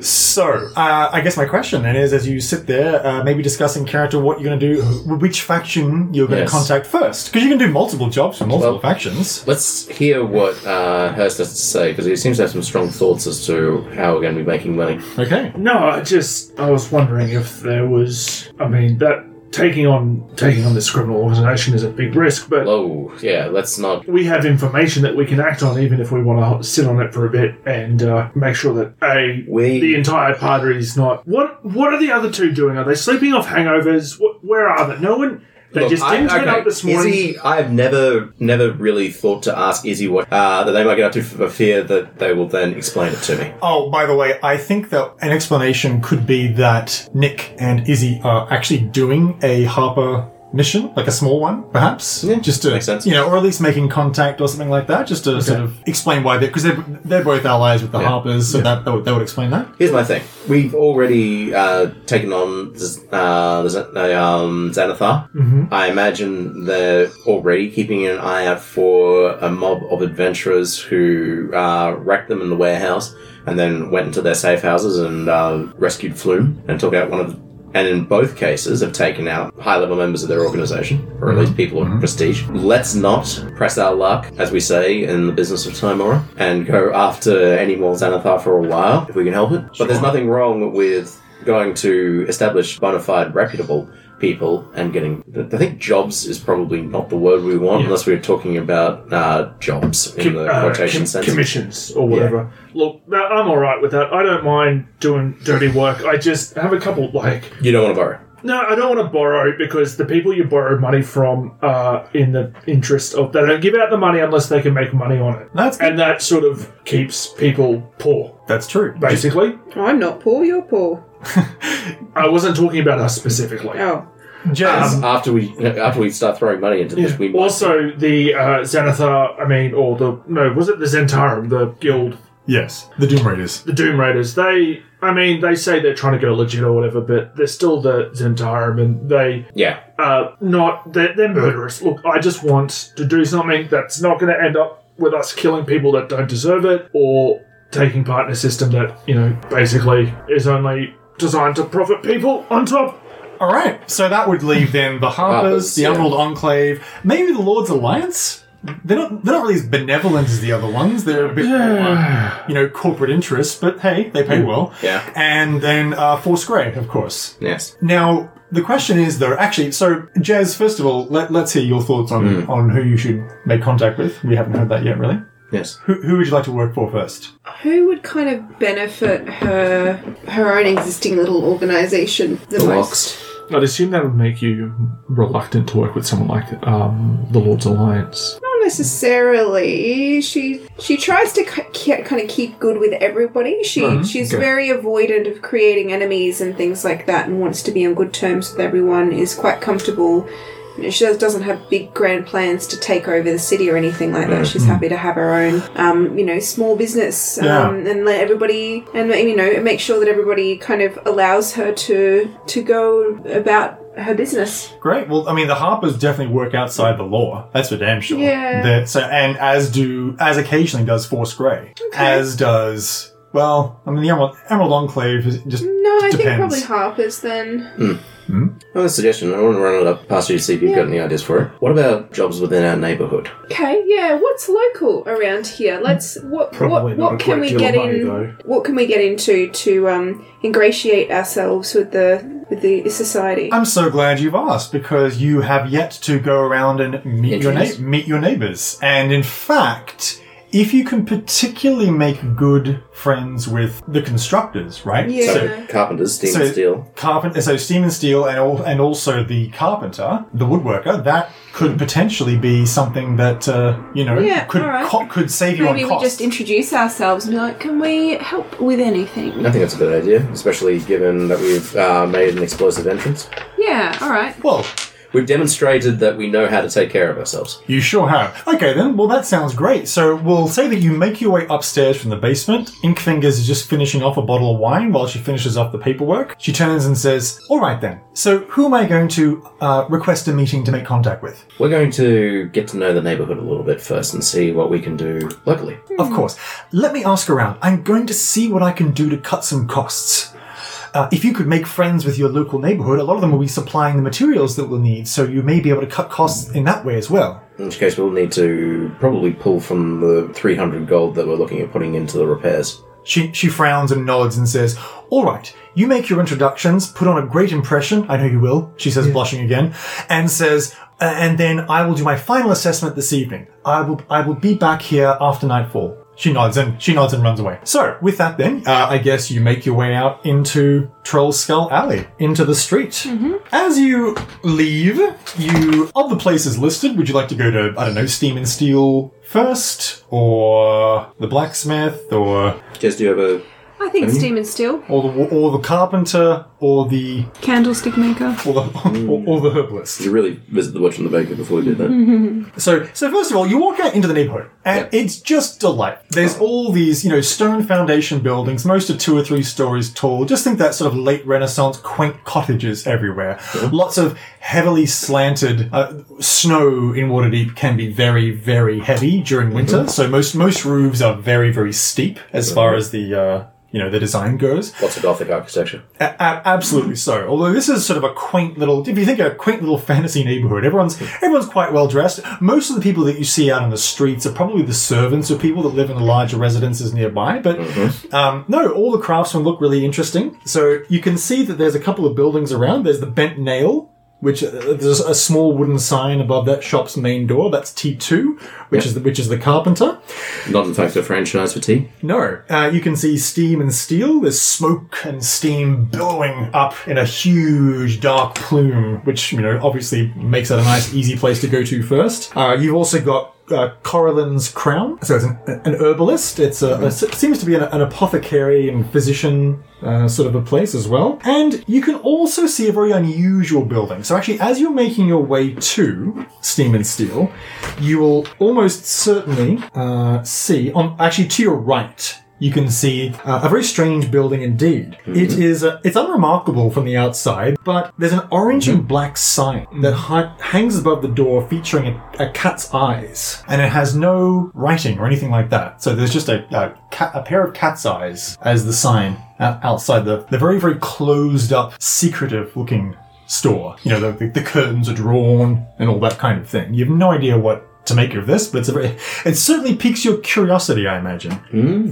S2: So, uh, I guess my question then is as you sit there, uh, maybe discussing character, what you're going to do, wh- which faction you're going to
S4: Yes.
S2: contact first. Because you can do multiple jobs for multiple
S4: Well-
S2: factions.
S4: Let's hear what uh, Hurst has to say because he seems to have some strong thoughts as to how we're going to be making money.
S2: Okay.
S3: No, I just I was wondering if there was. I mean, that taking on taking on this criminal organization is a big risk, but
S4: Hello, yeah, let's not.
S3: we have information that we can act on, even if we want to sit on it for a bit and uh, make sure that a
S4: We-
S3: the entire party is not. What What are the other two doing? Are they sleeping off hangovers? What, where are they? No one. They
S4: Look,
S3: just didn't
S4: I-
S3: turn
S4: okay,
S3: up this morning.
S4: Izzy, I've never, never really thought to ask Izzy what uh, that they might get up to for fear that they will then explain it to me.
S2: Oh, by the way, I think that an explanation could be that Nick and Izzy are actually doing a Harper mission, like a small one, perhaps.
S4: Yeah,
S2: just to
S4: makes sense.
S2: you know, or at least making contact or something like that, just to sort of explain why they're because they're they're both allies with the
S4: Yeah.
S2: Harpers, so that, that would, that would explain that.
S4: Here's my thing. We've already uh, taken on Z- uh, the Z- the, um, Xanathar. I imagine they're already keeping an eye out for a mob of adventurers who uh, wrecked them in the warehouse and then went into their safe houses and uh, rescued Flume and took out one of and in both cases have taken out high level members of their organization, or at least people of prestige. Let's not press our luck, as we say in the business of Timora, and go after any more Xanathar for a while, if we can help it. But there's nothing wrong with going to establish bona fide, reputable people and getting. I think jobs is probably not the word we want, unless we're talking about uh, jobs in the
S3: uh,
S4: quotation
S3: com-
S4: sense.
S3: commissions or whatever. Look, that, I'm all right with that. I don't mind doing dirty work. I just have a couple like
S4: you don't want to borrow.
S3: no, I don't want to borrow because the people you borrow money from are in the interest of they don't give out the money unless they can make money on it,
S2: That's
S3: and that sort of keeps people poor.
S2: that's true.
S3: Basically,
S6: I'm not poor, you're poor.
S3: I wasn't talking about us specifically.
S6: Oh.
S2: Jazz,
S4: after we after we start throwing money into this, we might-
S3: Also, the uh, Xanathar, I mean, or the no, was it the Zentarum, the guild
S2: yes, the Doom Raiders.
S3: the Doom Raiders, they, I mean, they say they're trying to go legit or whatever, but they're still the Zentarum and they
S4: yeah.
S3: are not, they're, they're murderous. Look, I just want to do something that's not going to end up with us killing people that don't deserve it or taking part in a system that, you know, basically is only designed to profit people on top.
S2: All right, so that would leave then the Harpers,
S4: Harpers,
S2: the
S4: yeah.
S2: Emerald Enclave, maybe the Lords Alliance. They're not, they're not really as benevolent as the other ones. They're a bit more, you know, corporate interests, but hey, they pay well.
S4: Yeah.
S2: And then uh, Force Grey, of course.
S4: Yes.
S2: Now, the question is, though, actually, so, Jazz, first of all, let, let's hear your thoughts on,
S4: Hmm.
S2: on who you should make contact with. We haven't heard that yet, really.
S4: Yes.
S2: Who, who would you like to work for first?
S6: Who would kind of benefit her her own existing little organisation the,
S4: The
S6: most?
S3: I'd assume that would make you reluctant to work with someone like um, the Lord's Alliance.
S6: Not necessarily. She she tries to ki- ki- kind of keep good with everybody. She
S2: Mm-hmm.
S6: she's very avoidant of creating enemies and things like that, and wants to be on good terms with everyone. Is quite comfortable. She does- doesn't have big grand plans to take over the city or anything like
S2: Mm-hmm.
S6: that. She's happy to have her own, um, you know, small business um,
S2: Yeah.
S6: and let everybody and you know make sure that everybody kind of allows her to to go about her business.
S2: Great. Well, I mean, the Harpers definitely work outside the law. That's for damn sure.
S6: Yeah.
S2: They're- so, and as do as occasionally does Force Grey, as does Well, I mean, the Emerald, Emerald Enclave is just
S6: No, I think
S2: Depends.
S6: probably Harper's then.
S4: Another suggestion. I want to run it up past you to see if you've got any ideas for it. What about jobs within our neighbourhood?
S6: Okay, yeah. What's local around here? Let's what
S3: Probably
S6: what
S3: not
S6: what
S3: a
S6: can
S3: great
S6: we
S3: deal
S6: get
S3: of money,
S6: in?
S3: though.
S6: What can we get into to um, ingratiate ourselves with the with the society?
S2: I'm so glad you've asked because you have yet to go around and meet your
S4: Introduce.
S2: na- meet your neighbors. And in fact, if you can particularly make good friends with the constructors, right?
S6: Yeah.
S4: So carpenters, steam and steel.
S2: Carpenter, so steam and steel, and all, and also the carpenter, the woodworker. That could potentially be something that uh, you know
S6: Yeah,
S2: could
S6: alright.
S2: co- could save you
S5: Maybe we
S2: on cost.
S5: just introduce ourselves and be like, can we help with anything?
S4: I think that's a good idea, especially given that we've uh, made an explosive entrance.
S5: Yeah, alright.
S2: well,
S4: We've demonstrated that we know how to take care of ourselves.
S2: You sure have. Okay, then. Well, that sounds great. So we'll say that you make your way upstairs from the basement. Inkfingers is just finishing off a bottle of wine while she finishes off the paperwork. She turns and says, "All right then. So who am I going to uh, request a meeting to make contact with?"
S4: We're going to get to know the neighbourhood a little bit first and see what we can do locally.
S2: Of course. Let me ask around. I'm going to see what I can do to cut some costs. Uh, if you could make friends with your local neighborhood, a lot of them will be supplying the materials that we'll need, so you may be able to cut costs in that way as well.
S4: In which case, we'll need to probably pull from the 300 gold that we're looking at putting into the repairs.
S2: She, she frowns and nods and says, All right, you make your introductions, put on a great impression. I know you will, she says, blushing again, and says, "Uh, And then I will do my final assessment this evening. I will, I will be back here after nightfall. She nods and she nods and runs away. So with that, then uh, I guess you make your way out into Troll Skull Alley, into the street. As you leave, you of the places listed, would you like to go to I don't know Steam and Steel first, or the blacksmith, or
S4: Jess, do you have a.
S5: I think steam and steel.
S2: or the or the carpenter or the
S1: Candlestick maker.
S2: or the or, or the herbalist.
S4: You really visit the Watch and the Baker before we did that?
S2: So so first of all, you walk out into the neighborhood, and it's just delight. There's all these you know stone foundation buildings, most are two or three stories tall. Just think that sort of late Renaissance quaint cottages everywhere. Lots of heavily slanted uh, snow in Waterdeep can be very very heavy during winter. So most most roofs are very very steep as far as the uh, you know the design goes.
S4: Lots of Gothic architecture.
S2: A- a- absolutely so. Although this is sort of a quaint little, if you think of a quaint little fantasy neighborhood, everyone's everyone's quite well dressed. Most of the people that you see out on the streets are probably the servants or people that live in the larger residences nearby. But um, no, all the craftsmen look really interesting. So you can see that there's a couple of buildings around. There's the Bent Nail, which uh, there's a small wooden sign above that shop's main door. That's T two, which is the, which is the carpenter.
S4: Not, in fact, a franchise for tea.
S2: No. Uh, you can see steam and steel. There's smoke and steam billowing up in a huge dark plume, which, you know, obviously makes that a nice, easy place to go to first. Uh, you've also got uh, Corallin's Crown. So it's an, an herbalist. It's a, a- it seems to be an, an apothecary and physician uh, sort of a place as well. And you can also see a very unusual building. So actually, as you're making your way to Steam and Steel, you will almost certainly uh, see on actually to your right. You can see uh, a very strange building indeed. It is uh, it's unremarkable from the outside, but there's an orange and black sign that hi- hangs above the door, featuring a, a cat's eyes, and it has no writing or anything like that. So there's just a a, cat, a pair of cat's eyes as the sign uh, outside the the very very closed up, secretive looking store. You know, the, the, the curtains are drawn and all that kind of thing. You have no idea what to make of this, but it's a very, it certainly piques your curiosity, I imagine.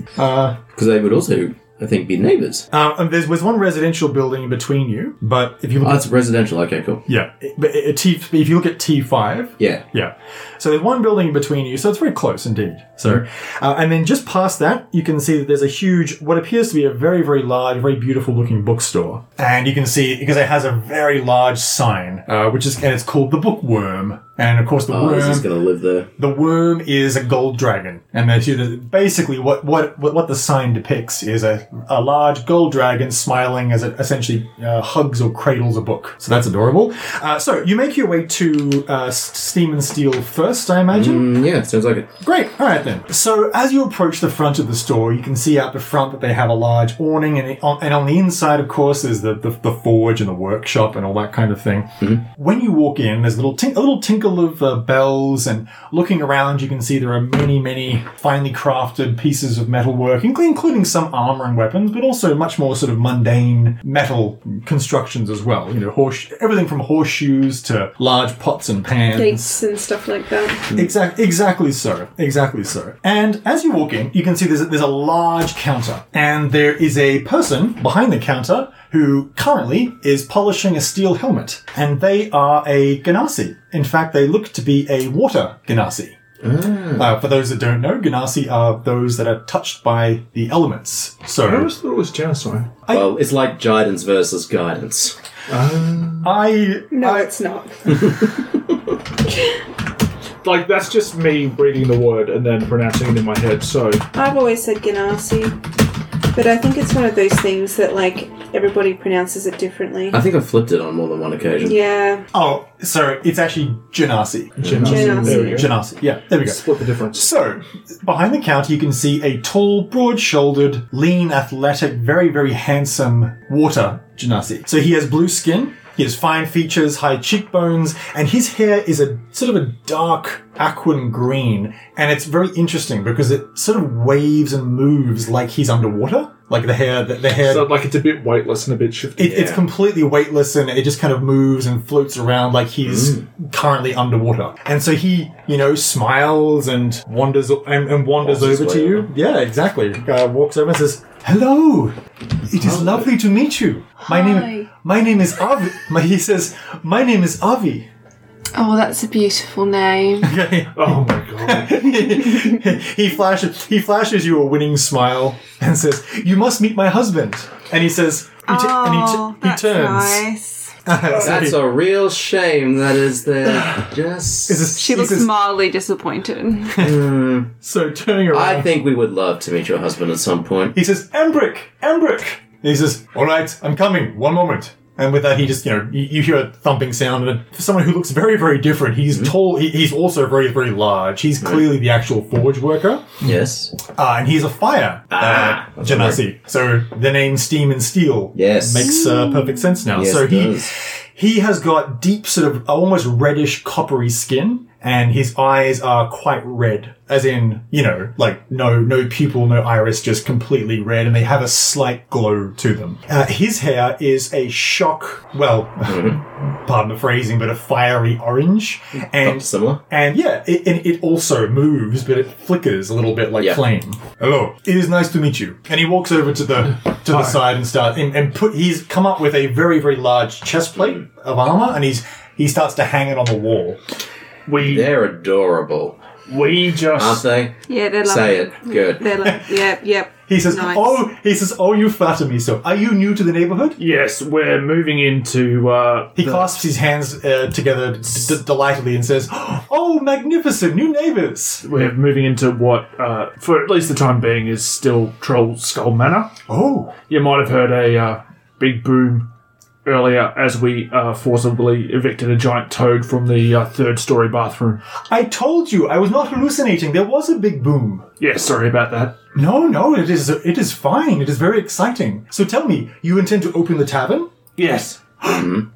S4: Because they would also, I think, be neighbours.
S2: Uh, and there's, there's one residential building in between you, but if you look
S4: Oh,
S2: at,
S4: it's residential. Okay, cool.
S2: yeah, it- but it- it- T, if you look at T5,
S4: Yeah.
S2: yeah. So there's one building in between you, so it's very close indeed. So,
S4: Mm-hmm.
S2: uh, and then just past that, you can see that there's a huge, what appears to be a very, very large, very beautiful looking bookstore. And you can see, because it has a very large sign, uh, which is, and it's called the Bookworm. And of course, the
S4: Oh, this
S2: worm
S4: is going to live there.
S2: the worm is a gold dragon, and there's you- basically what what what what the sign depicts is a, a large gold dragon smiling as it essentially uh, hugs or cradles a book. So that's adorable. Uh, so you make your way to uh, S- Steam and Steel first, I imagine.
S4: Mm, yeah, sounds like it.
S2: Great. All right then. So as you approach the front of the store, you can see out the front that they have a large awning, and on, and on the inside, of course, is the, the, the forge and the workshop and all that kind of thing. When you walk in, there's a little tink, a little tink tinkle of uh, bells, and looking around, you can see there are many, many finely crafted pieces of metalwork, including including some armor and weapons, but also much more sort of mundane metal constructions as well. You know, horse- everything from horseshoes to large pots and pans.
S6: Gates and stuff like that.
S2: Exact, exactly so. Exactly so. And as you walk in, you can see there's a, there's a large counter, and there is a person behind the counter who currently is polishing a steel helmet, and they are a ganassi. In fact, they look to be a water ganassi. Uh, for those that don't know, ganassi are those that are touched by the elements.
S3: I
S2: So
S3: always thought it was Janasai.
S4: Well, it's like Guidance versus Guidance.
S2: I,
S6: No,
S2: I
S6: it's not.
S3: Like, that's just me reading the word and then pronouncing it in my head, so.
S6: I've always said Ganassi, but I think it's one of those things that like everybody pronounces it differently.
S7: Uh,
S4: I think I've flipped it on more than one occasion.
S6: Yeah,
S2: oh, so it's actually genasi.
S3: Janasai. There we go.
S2: Genasi. Yeah, there we go.
S3: Split the difference.
S2: So, behind the counter, you can see a tall, broad shouldered, lean, athletic, very, very handsome water genasi. So, he has blue skin, he has fine features, high cheekbones, and his hair is a sort of a dark aquan green. And it's very interesting because it sort of waves and moves like he's underwater. Like the hair, the, the hair.
S3: So, like, it's a bit weightless and a bit shifty.
S2: It, It's completely weightless and it just kind of moves and floats around like he's currently underwater. And so he, you know, smiles and wanders and, and wanders
S4: Walks his
S2: over to
S4: way
S2: you.
S4: over.
S2: Yeah, exactly. Uh, walks over and says, "Hello, it is lovely to meet you. My name, my name is Avi." My, he says, "My name is Avi."
S7: Oh, that's a beautiful name.
S3: Oh my god.
S2: he flashes, he flashes you a winning smile and says, "You must meet my husband." And he says, he t- and he, t-
S7: Oh,
S2: he
S7: that's
S2: turns.
S7: nice.
S2: So he-
S4: That's a real shame that is there. Just.
S2: he says-
S7: She
S2: he
S7: looks
S2: says,
S7: mildly disappointed.
S2: So turning around,
S4: I think we would love to meet your husband at some point.
S2: he says, "Embrick, Embrick." And he says, "All right, I'm coming. One moment." And with that, he just you know you, you hear a thumping sound, and for someone who looks very very different, he's tall. He, he's also very very large. He's clearly the actual forge worker,
S4: Yes.
S2: uh, and he's a fire
S4: Ah,
S2: uh, genasi. So the name steam and steel
S4: Yes.
S2: makes uh, perfect sense now.
S4: Yes,
S2: so
S4: it
S2: he
S4: does.
S2: he has got deep sort of almost reddish coppery skin and his eyes are quite red as in you know like no no pupil no iris just completely red and they have a slight glow to them uh, his hair is a shock well
S4: Hmm.
S2: pardon the phrasing but a fiery orange and
S4: Mm. Oh, Similar.
S2: and yeah, it, and it also moves, but it flickers a little bit like
S4: Yeah.
S2: flame. Hello, it is nice to meet you. And he walks over to the to the side and start and, and put. He's come up with a very very large chest plate of armor, and he's he starts to hang it on the wall.
S3: We,
S4: They're adorable,
S3: we
S4: aren't
S3: just.
S4: they?
S7: Yeah, they're like.
S4: Say it. Good.
S7: They're like, yep, yep.
S2: He says,
S7: Nice.
S2: "Oh, he says, oh, you flatter me so. Are you new to the neighborhood?"
S3: Yes, we're moving into, uh.
S2: He clasps his hands uh, together d- delightedly and says, "Oh, magnificent new neighbors!
S3: We're moving into what, uh, for at least the time being, is still Troll Skull Manor.
S2: Oh,
S3: You might have heard a uh, big boom earlier as we uh, forcibly evicted a giant toad from the uh, third story bathroom.
S2: I told you I was not hallucinating. There was a big boom."
S3: Yeah, sorry about that.
S2: No, no, it is it is fine. It is very exciting. So tell me, you intend to open the tavern?
S3: Yes.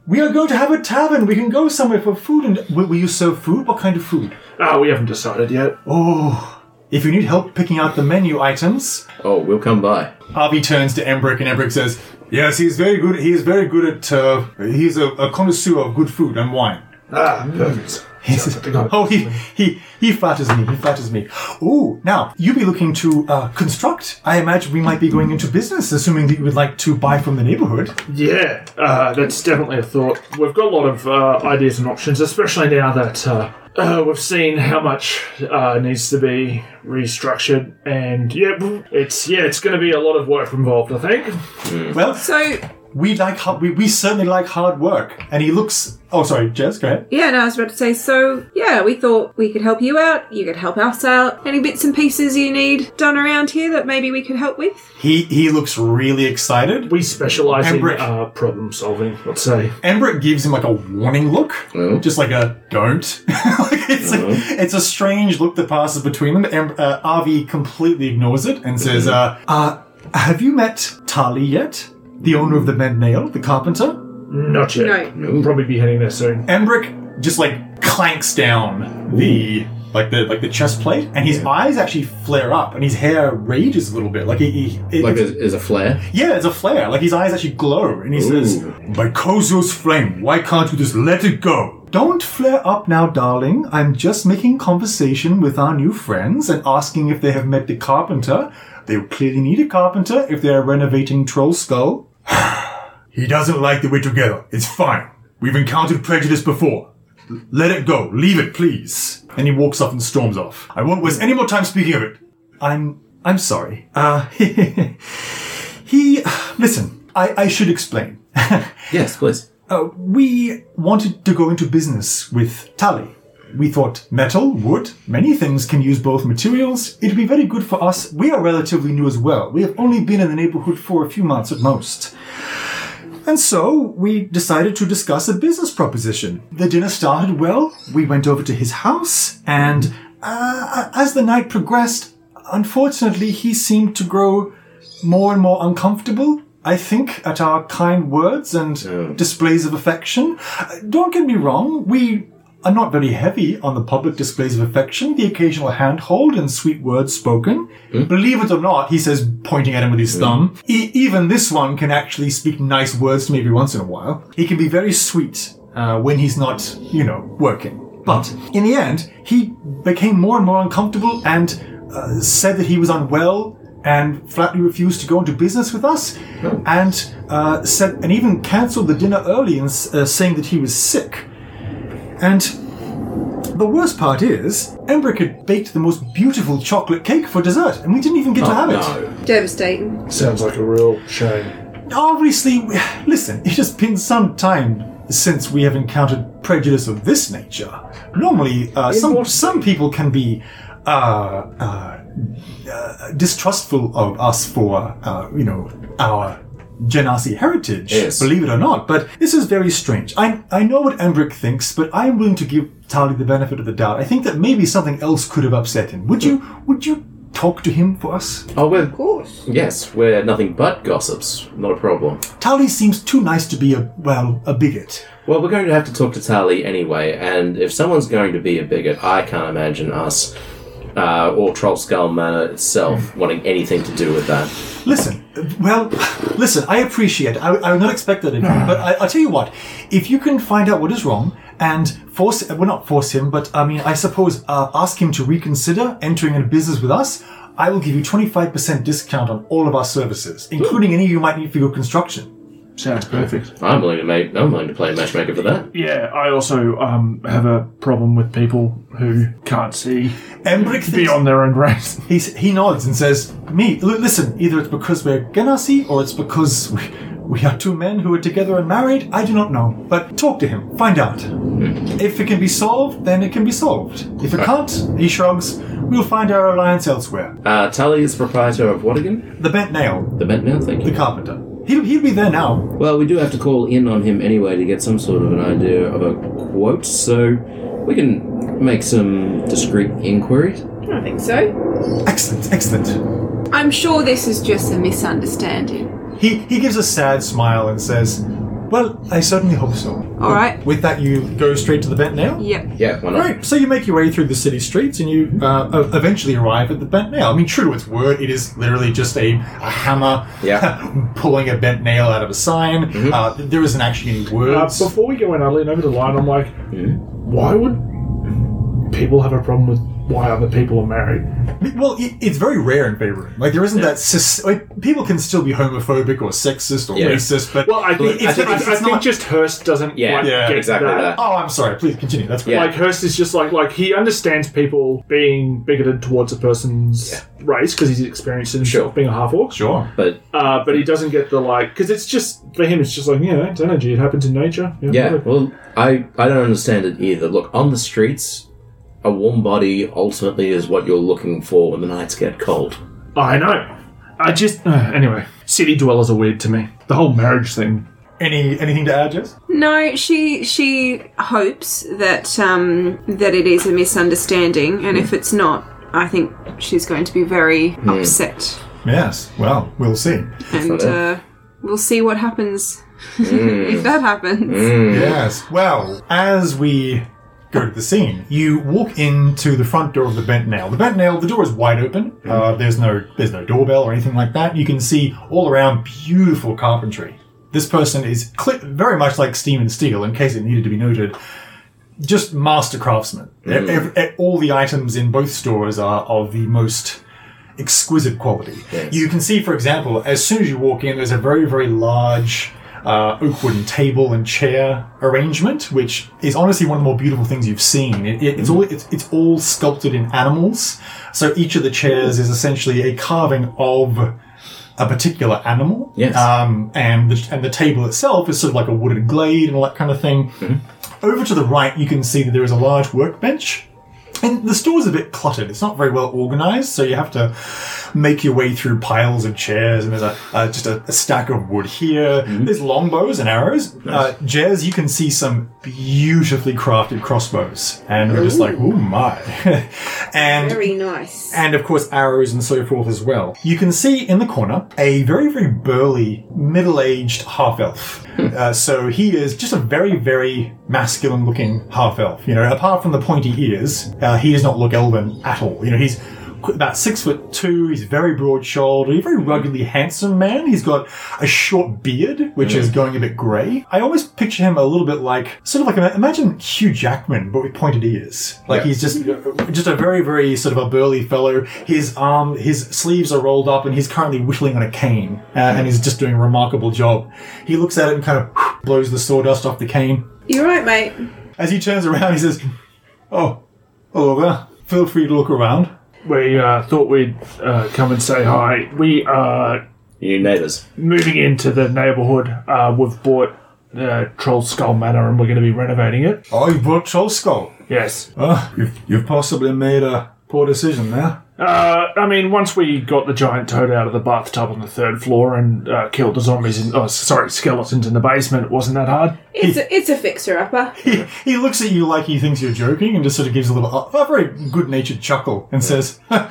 S2: We are going to have a tavern. We can go somewhere for food. And will, will you serve food? What kind of food?
S3: Ah, we haven't decided yet.
S2: Oh, if you need help picking out the menu items,
S4: Oh, we'll come by.
S2: Harvey turns to Embrick and Embrick says, "Yes, he is very good. He is very good at. Uh, he is a, a connoisseur of good food and wine."
S3: Ah, perfect.
S2: He says, oh, he, he, he flatters me. He flatters me. Ooh, now, you be looking to uh, construct. I imagine we might be going into business, assuming that you would like to buy from the neighborhood.
S3: Yeah, uh, that's definitely a thought. We've got a lot of uh, ideas and options, especially now that uh, uh, we've seen how much uh, needs to be restructured. And yeah, it's yeah, it's going to be a lot of work involved. I think.
S2: Well,
S5: So,
S2: we like hard, we, we certainly like hard work. And he looks. Oh, sorry, Jess, go ahead.
S5: yeah, no, I was about to say, so, yeah, we thought we could help you out, you could help us out. Any bits and pieces you need done around here that maybe we could help with?
S2: He he looks really excited.
S3: We specialise in
S2: Embrick.
S3: uh, problem solving. Let's say.
S2: Embrick gives him like a warning look,
S4: Oh. Uh-huh.
S2: just like a don't. Like, it's like- it's a strange look that passes between them. Em- uh, Avi completely ignores it and says, uh,
S4: Mm-hmm.
S2: uh, "Have you met Tali yet? The owner of the Med Nail, the carpenter."
S3: Not yet.
S5: No.
S3: We'll probably be heading there soon.
S2: Embrick just like clanks down the like the like the chest plate, and his eyes actually flare up, and his hair rages a little bit. Like he, he it-
S4: Like there's, there's a flare.
S2: yeah, it's a flare. Like his eyes actually glow, and he says,
S4: Ooh.
S2: "By Kozo's flame, why can't you just let it go?" Don't flare up now, darling. I'm just making conversation with our new friends and asking if they have met the carpenter. They clearly need a carpenter if they are renovating Troll Skull. he doesn't like that we're together. It's fine. We've encountered prejudice before. L- Let it go. Leave it, please. And he walks off and storms off. I won't waste any more time speaking of it. I'm I'm sorry. Uh, He, listen, I, I should explain.
S4: Yes, please.
S2: Uh, we wanted to go into business with Tally. We thought metal, wood, many things can use both materials. It'd be very good for us. We are relatively new as well. We have only been in the neighborhood for a few months at most. And so we decided to discuss a business proposition. The dinner started well. We went over to his house, and uh, as the night progressed, unfortunately, he seemed to grow more and more uncomfortable. I think at our kind words and displays of affection. Uh, Don't get me wrong, we are not very heavy on the public displays of affection, the occasional handhold and sweet words spoken. Believe it or not, he says, pointing at him with his thumb, e- even this one can actually speak nice words to me every once in a while. He can be very sweet uh, when he's not, you know, working. But in the end, he became more and more uncomfortable and uh, said that he was unwell and flatly refused to go into business with us and uh, said and even cancelled the dinner early and s- uh, saying that he was sick and the worst part is embrick had baked the most beautiful chocolate cake for dessert and we didn't even get to have it
S6: Devastating.
S3: Sounds like a real shame.
S2: obviously, we- listen, it has been some time since we have encountered prejudice of this nature. Normally, uh, some,
S3: what-
S2: some people can be uh, uh, uh, distrustful of us for, uh, you know, our Genasi heritage,
S4: Yes.
S2: believe it or not, but this is very strange. I, I know what Embrick thinks, but I am willing to give Tali the benefit of the doubt. I think that maybe something else could have upset him. Would you, would you talk to him for us?
S4: Oh, we're
S6: Of course.
S4: yes, we're nothing but gossips. Not a problem.
S2: Tali seems too nice to be a, well, a bigot.
S4: Well, we're going to have to talk to Tali anyway, and if someone's going to be a bigot, I can't imagine us uh, or Troll Skull Manor itself wanting anything to do with that.
S2: Listen, uh, well, listen, I appreciate it. I, I would not expect that of you, but I, I'll tell you what. If you can find out what is wrong and force, well, not force him, but I mean, I suppose uh, ask him to reconsider entering into business with us, I will give you 25% discount on all of our services, including any you might need for your construction.
S3: Sounds perfect.
S4: I'm willing to make. I'm willing to play matchmaker for that.
S3: Yeah, I also um, have a problem with people who can't see
S2: Embrick thinks,
S3: beyond their own race.
S2: he, he nods and says, me, l- listen, either it's because we're Genasi or it's because we, we are two men who are together and married. I do not know, but talk to him, find out.
S7: Hmm.
S2: If it can be solved, then it can be solved. If it can't, he shrugs, we'll find our alliance elsewhere.
S4: Uh, Tali is proprietor of what again?
S2: The bent nail,
S4: The Batman, thank
S2: the
S4: you.
S2: carpenter. He'll, he'll be there now.
S4: Well, we do have to call in on him anyway to get some sort of an idea of a quote, so we can make some discreet inquiries.
S6: I don't think so.
S2: Excellent, excellent.
S7: I'm sure this is just a misunderstanding.
S2: He, he gives a sad smile and says, well, I certainly hope so.
S7: All right.
S2: With that, you go straight to the bent nail?
S7: Yep.
S4: Yeah, why not?
S2: Right, so you make your way through the city streets and you uh, e- eventually arrive at the bent nail. I mean, true to its word, it is literally just a, a hammer
S4: Yeah. Mm-hmm.
S2: pulling a bent nail out of a sign. Uh, th- there isn't actually any
S3: Uh,
S2: words.
S3: before we go in, I lean over to Lion. I'm like, why would people have a problem with why other people are married?
S2: well, it, it's very rare in favor. Like, there isn't that. Sis- like, people can still be homophobic or sexist or
S4: Yeah.
S2: racist, but.
S3: Well, I think,
S2: It's-
S3: I think,
S2: it's-
S3: I
S2: it's
S3: think
S2: not-
S3: just Hearst doesn't
S4: Yeah,
S3: quite
S2: yeah,
S3: get
S4: exactly that.
S2: oh, I'm sorry. Please continue. That's
S4: Yeah.
S2: yeah.
S3: Like Hearst is just like like he understands people being bigoted towards a person's race because he's experienced it himself
S4: Sure.
S3: being a half orc.
S2: Sure.
S4: But
S3: Uh, but he doesn't get the like because it's just for him. It's just like yeah, it's energy. It happens in nature.
S4: Yeah,
S3: whatever.
S4: well, I, I don't understand it either. Look, on the streets, a warm body ultimately is what you're looking for when the nights get cold.
S3: Oh, I know. I just uh, anyway. City dwellers are weird to me. The whole marriage thing.
S2: Any Anything to add, Jess?
S7: No, she she hopes that um that it is a misunderstanding, and
S2: Hmm.
S7: if it's not, I think she's going to be very upset,
S2: Yes. Well, we'll see.
S7: and
S4: Fair.
S7: uh, we'll see what happens if that happens.
S2: Yes. Well, as we go to the scene, you walk into the front door of the Bent Nail. The Bent Nail, the door is wide open. Uh, there's no there's no doorbell or anything like that. You can see all around beautiful carpentry. This person is cle very much like Steam and Steel, in case it needed to be noted. Just master craftsman. E- ev- e- all the items in both stores are of the most exquisite quality.
S4: Yes.
S2: You can see, for example, as soon as you walk in, there's a very, very large uh, oak wooden table and chair arrangement, which is honestly one of the more beautiful things you've seen. It,
S4: Mm.
S2: it, it's all it's, it's all sculpted in animals, so each of the chairs is essentially a carving of a particular animal.
S4: Yes.
S2: Um, and the, and the table itself is sort of like a wooded glade and all that kind of thing.
S4: Mm-hmm.
S2: Over to the right, you can see that there is a large workbench. And the store's a bit cluttered. It's not very well organized, so you have to make your way through piles of chairs, and there's a, uh, just a, a stack of wood here. There's longbows and arrows. Uh, Jez, you can see some beautifully crafted crossbows, and we're just like, oh my. and
S6: Very nice.
S2: and of course arrows and so forth as well. You can see in the corner a very, very burly, middle-aged half-elf. uh, so he is just a very, very masculine-looking half-elf. You know, apart from the pointy ears, uh, he does not look elven at all. You know, he's qu- about six foot two. He's very broad-shouldered. He's a very ruggedly handsome man. He's got a short beard, which is going a bit grey. I always picture him a little bit like, sort of like ima- imagine Hugh Jackman, but with pointed ears. Like he's just just a very, very sort of a burly fellow. His arm, his sleeves are rolled up, and he's currently whittling on a cane, uh, and he's just doing a remarkable job. He looks at it and kind of blows the sawdust off the cane.
S6: You're right, mate.
S2: As he turns around, he says, "Oh, hello there. Feel free to look around."
S3: We uh, thought we'd uh, come and say hi. We are
S4: Your neighbours.
S3: moving into the neighbourhood. Uh, we've bought uh, Troll Skull Manor and we're going to be renovating it.
S2: Oh, you've brought Troll Skull.
S3: Yes.
S2: Oh, you've, you've possibly made a poor decision there.
S3: Uh, I mean, once we got the giant toad out of the bathtub on the third floor and uh, killed the zombies in, oh, sorry, skeletons in the basement, it wasn't that hard.
S6: It's a, it's a fixer upper.
S2: He, he looks at you like he thinks you're joking and just sort of gives a little, a, a very good natured chuckle and says, "All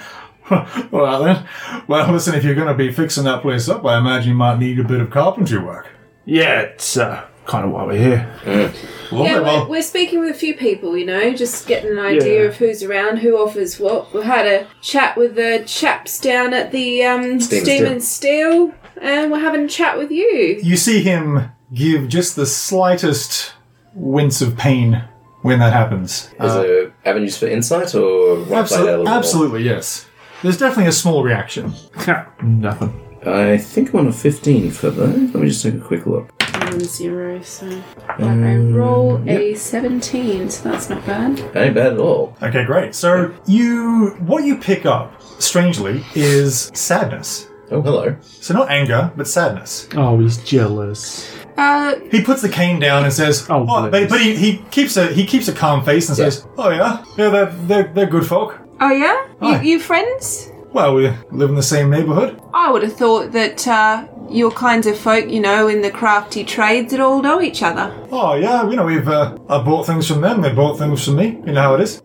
S2: right then. Well, listen, if you're going to be fixing that place up, I imagine you might need a bit of carpentry work.
S3: Yeah, it's uh, kind of why we're here.
S2: Lovely,
S6: Yeah,
S2: well,
S6: we're, we're speaking with a few people, you know, just getting an idea
S3: Yeah.
S6: of who's around, who offers what. We had a chat with the chaps down at the um,
S4: Steam
S6: Steam,
S4: and
S6: and Steel, and we're having a chat with you.
S2: you see him give just the slightest wince of pain when that happens.
S4: Is there avenues for insight or right play that a
S2: Absolutely,
S4: little
S2: absolutely, yes. There's definitely a small reaction.
S3: Nothing.
S4: more? I think I'm on a 15 for that. Let me just take a quick look.
S7: One zero, so I roll a seventeen, so that's not bad.
S4: That ain't bad at all.
S2: Okay, great. So you, what you pick up, strangely, is sadness.
S4: Oh, hello.
S2: So not anger, but sadness.
S3: Oh, he's jealous.
S7: Uh,
S2: He puts the cane down and says,
S3: Oh,
S2: "Oh, but,
S3: bless.
S2: but he, he keeps a he keeps a calm face and says, "Oh yeah, yeah, they're they're, they're good folk.
S7: oh yeah,
S2: Hi.
S7: you, you friends?
S2: Well, we live in the same neighborhood.
S7: I would have thought that uh, your kinds of folk, you know, in the crafty trades, that all know each other.
S2: Oh yeah, you know we've uh, I bought things from them, they bought things from me. You know how it is.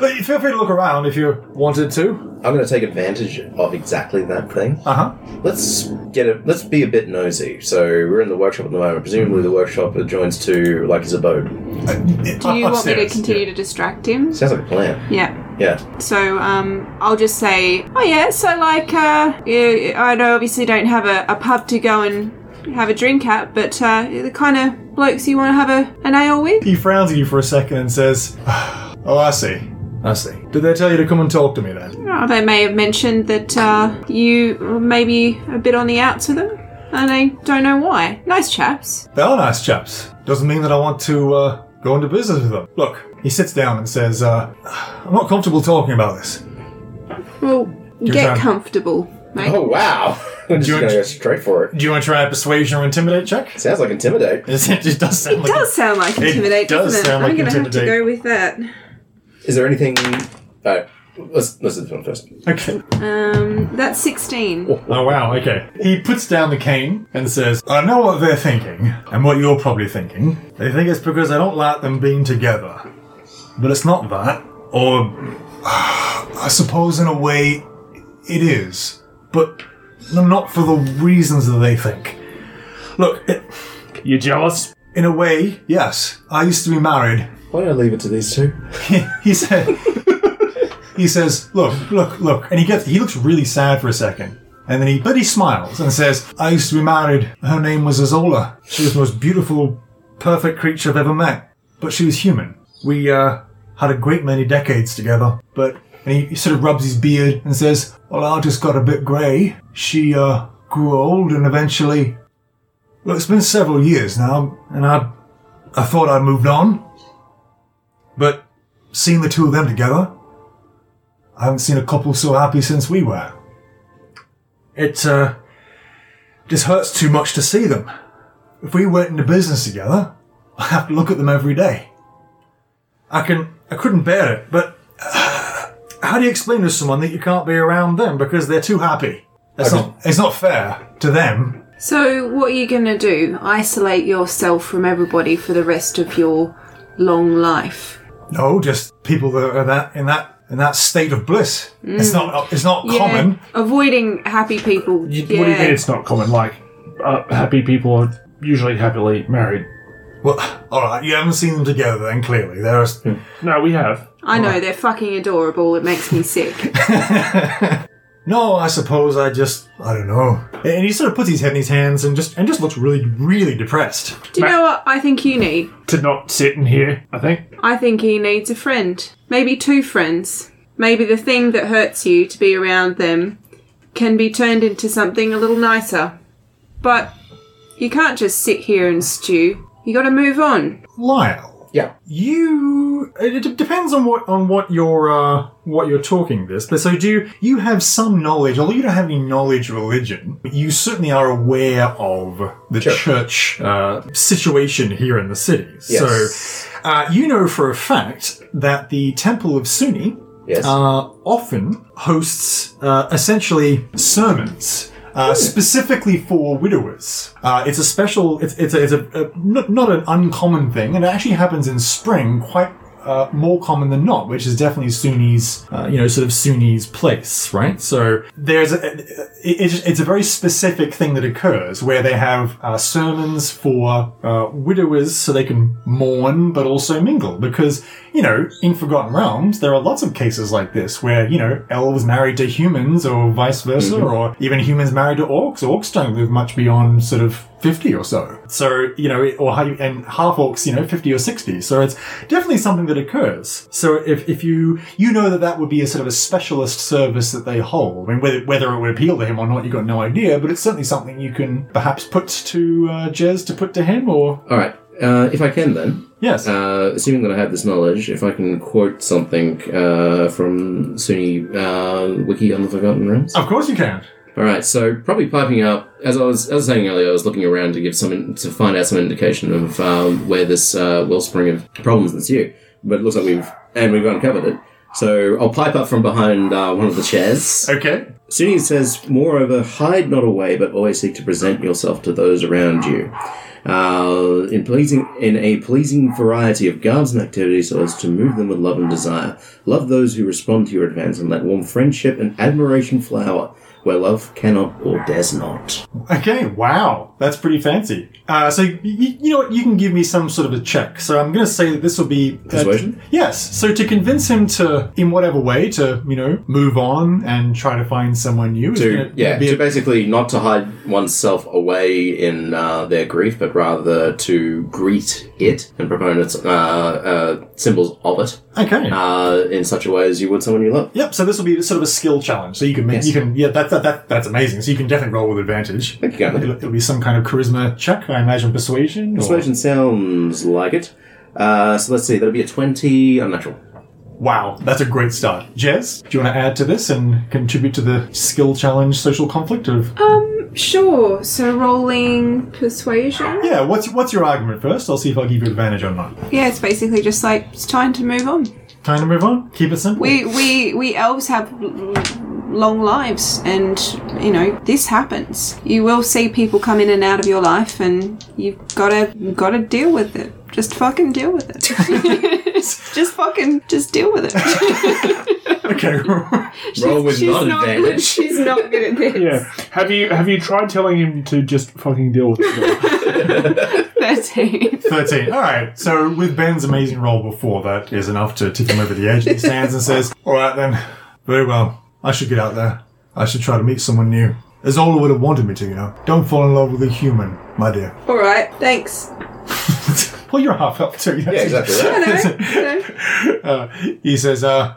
S2: But you feel free to look around if you wanted to.
S4: I'm going to take advantage of exactly that thing.
S2: Uh huh.
S4: Let's get a, Let's be a bit nosy. So we're in the workshop at the moment. Presumably the workshop adjoins to like his abode.
S2: Uh, Oh,
S7: Do you want me to continue to distract him?
S4: Sounds like a plan.
S7: Yeah.
S4: Yeah.
S7: So um, I'll just say, oh yeah. So like, uh, yeah, I know obviously don't have a, a pub to go and have a drink at, but uh, the kind of blokes you want to have a an ale with.
S2: He frowns at you for a second and says, "Oh, I see. I see. Did they tell you to come and talk to me then?"
S7: Oh, they may have mentioned that uh, you were maybe a bit on the outs with them, and they don't know why. Nice chaps.
S2: They are nice chaps. Doesn't mean that I want to uh, go into business with them. Look, he sits down and says, uh, I'm not comfortable talking about this.
S7: Well, get
S2: time.
S7: comfortable, mate.
S4: Oh wow. I'm just
S2: you
S4: going to
S2: want-
S4: go straight for it.
S2: Do you want to try a persuasion or intimidate check?
S4: Sounds like intimidate.
S2: It's- It just does sound
S7: It
S2: like
S7: does sound like intimidate,
S2: does
S7: doesn't it?
S2: sound
S7: I'm
S2: like
S7: gonna have to
S2: intimidate.
S7: go with that.
S4: Is there anything? All right. Let's let's do this one first.
S2: Okay.
S7: Um, that's 16.
S2: Oh wow, okay. He puts down the cane and says, I know what they're thinking, and what you're probably thinking. They think it's because I don't like them being together. But it's not that. Or, I suppose in a way, it is. But not for the reasons that they think. Look, it,
S3: You jealous?
S2: In a way, yes. I used to be married.
S4: Why don't I leave it to these two?
S2: he said he says look look look and he gets he looks really sad for a second and then he but he smiles and says i used to be married her name was azola she was the most beautiful perfect creature i've ever met but she was human we uh, had a great many decades together but and he, he sort of rubs his beard and says well i just got a bit grey she uh, grew old and eventually well it's been several years now and i i thought i moved on but seeing the two of them together, I haven't seen a couple so happy since we were. It uh, just hurts too much to see them. If we went into business together, I have to look at them every day. I can, I couldn't bear it. But how do you explain to someone that you can't be around them because they're too happy? That's not, it's not fair to them.
S7: So, what are you going to do? Isolate yourself from everybody for the rest of your long life?
S2: No, just people that are that in that in that state of bliss. It's not, it's not common.
S7: Avoiding happy people.
S3: You,
S7: yeah.
S3: What do you mean it's not common? Like, uh, happy people are usually happily married.
S2: Well, all right, you haven't seen them together then. Clearly, there is.
S3: No, we have.
S7: I know, they're fucking adorable. It makes me sick.
S2: No, I suppose I just I don't know. And he sort of puts his head in his hands and just and just looks really really depressed.
S7: Do you
S3: Ma-
S7: know what I think you need?
S3: To not sit in here, I think.
S7: I think he needs a friend. Maybe two friends. Maybe the thing that hurts you to be around them can be turned into something a little nicer. But you can't just sit here and stew. You gotta move on.
S2: Lyle,
S4: Yeah.
S2: you it d- depends on what on what you're uh, what you're talking this. But so do you, you have some knowledge, although you don't have any knowledge of religion. You certainly are aware of the church uh, situation here in the city.
S4: Yes.
S2: So uh, you know for a fact that the Temple of Sunni
S4: Yes.
S2: uh, often hosts uh, essentially sermons. Uh, specifically for widowers, uh, it's a special. It's it's a, it's a, a not, not an uncommon thing, and it actually happens in spring, quite uh, more common than not, which is definitely Sunni's, uh, you know, sort of Sunni's place, right? So there's a, it, it's, it's a very specific thing that occurs where they have uh, sermons for uh, widowers so they can mourn but also mingle because you know in Forgotten Realms there are lots of cases like this where you know elves married to humans or vice versa or even humans married to orcs. Orcs don't live much beyond sort of 50 or so. So, you know, or how you, and half orcs, you know, 50 or 60. So it's definitely something that occurs. So if, if you, you know that that would be a sort of a specialist service that they hold. I mean, whether, whether it would appeal to him or not, you've got no idea, but it's certainly something you can perhaps put to, uh, Jez to put to him or,
S4: All right. Uh, if I can, then.
S2: yes.
S4: Uh, assuming that I have this knowledge, if I can quote something uh, from Sunni uh, Wiki on the Forgotten Realms.
S2: of course you can.
S4: All right, so probably piping up. As I was, as I was saying earlier, I was looking around to give some in, to find out some indication of um, where this uh, wellspring of problems ensue. But it looks like we've and we've uncovered it. So I'll pipe up from behind uh, one of the chairs.
S2: Okay.
S4: Sunni says, moreover, hide not away, but always seek to present yourself to those around you. Uh, in pleasing in a pleasing variety of garbs and activities so as to move them with love and desire. Love those who respond to your advance and let warm friendship and admiration flower where love cannot or dares not.
S2: Okay, wow, that's pretty fancy. Uh, so y- y- you know what? You can give me some sort of a check. So I'm going to say that this will be uh,
S4: Persuasion?
S2: yes. So to convince him to, in whatever way, to you know move on and try to find someone new. is
S4: To
S2: gonna
S4: yeah,
S2: be
S4: to
S2: a-
S4: basically not to hide oneself away in uh, their grief, but rather to greet it and proponents uh, uh, symbols of it
S2: okay.
S4: uh, in such a way as you would someone you love.
S2: Yep. So this will be sort of a skill challenge. So you can make,
S4: Yes.
S2: you can yeah that, that that that's amazing. So you can definitely roll with advantage.
S4: Thank you, Gavin.
S2: It'll, it'll be some kind of charisma check, I imagine. Persuasion. or-
S4: Persuasion sounds like it. Uh, so let's see, that'll be a 20 unnatural.
S2: Wow, that's a great start. Jez, do you want to add to this and contribute to the skill challenge social conflict of
S7: Sure, so rolling.
S6: Persuasion?
S2: Yeah, what's what's your argument first? I'll see if I give you advantage or not.
S7: Yeah, it's basically just like it's time to move on.
S2: Time to move on. Keep it simple.
S7: We we we elves have l- l- long lives, and you know this happens. You will see people come in and out of your life, and you've gotta gotta deal with it. Just fucking deal with it. just fucking just deal with it.
S2: okay.
S4: Roll with
S7: she's
S4: non
S7: not-
S4: advantage.
S6: She's not good at this.
S3: Yeah. Have you have you tried telling him to just fucking deal with it?
S7: Thirteen.
S2: 13. All right. So with Ben's amazing roll before, that is enough to tip him over the edge. He stands and says, all right then. Very well. I should get out there. I should try to meet someone new. Azola would have wanted me to, you know. Don't fall in love with a human, my dear.
S6: All right, thanks.
S2: Pull your half up too.
S4: Yeah, exactly that.
S2: Uh, he says, uh,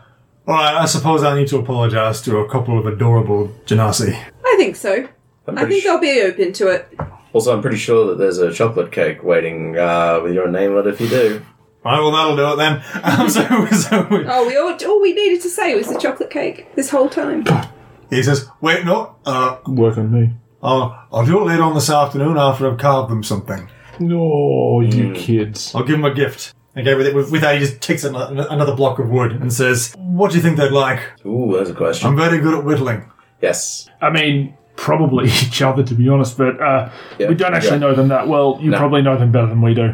S2: all right, I suppose I need to apologize to a couple of adorable Genasi.
S6: I think so.
S4: I'm
S6: I
S4: pretty
S6: think
S4: su-
S6: I'll be open to it.
S4: also, I'm pretty sure that there's a chocolate cake waiting uh, with your name on it if you do.
S2: All right, well, that'll do it then. Um, so, so
S6: Oh, we all, all we needed to say was the chocolate cake this whole time.
S2: he says, wait, no, uh,
S3: Work on me.
S2: I'll, I'll do it later on this afternoon after I've carved them something.
S3: No, you kids.
S2: I'll give him a gift. Okay, with, it, with, with that, he just takes an, another block of wood and says, What do you think they'd like?
S4: Ooh, there's a question.
S7: Um,
S2: I'm very good at whittling.
S4: yes.
S3: I mean, probably each other, to be honest, but uh,
S4: Yeah,
S3: we don't actually
S4: yeah.
S3: know them that well. You
S4: No.
S3: probably know them better than we do.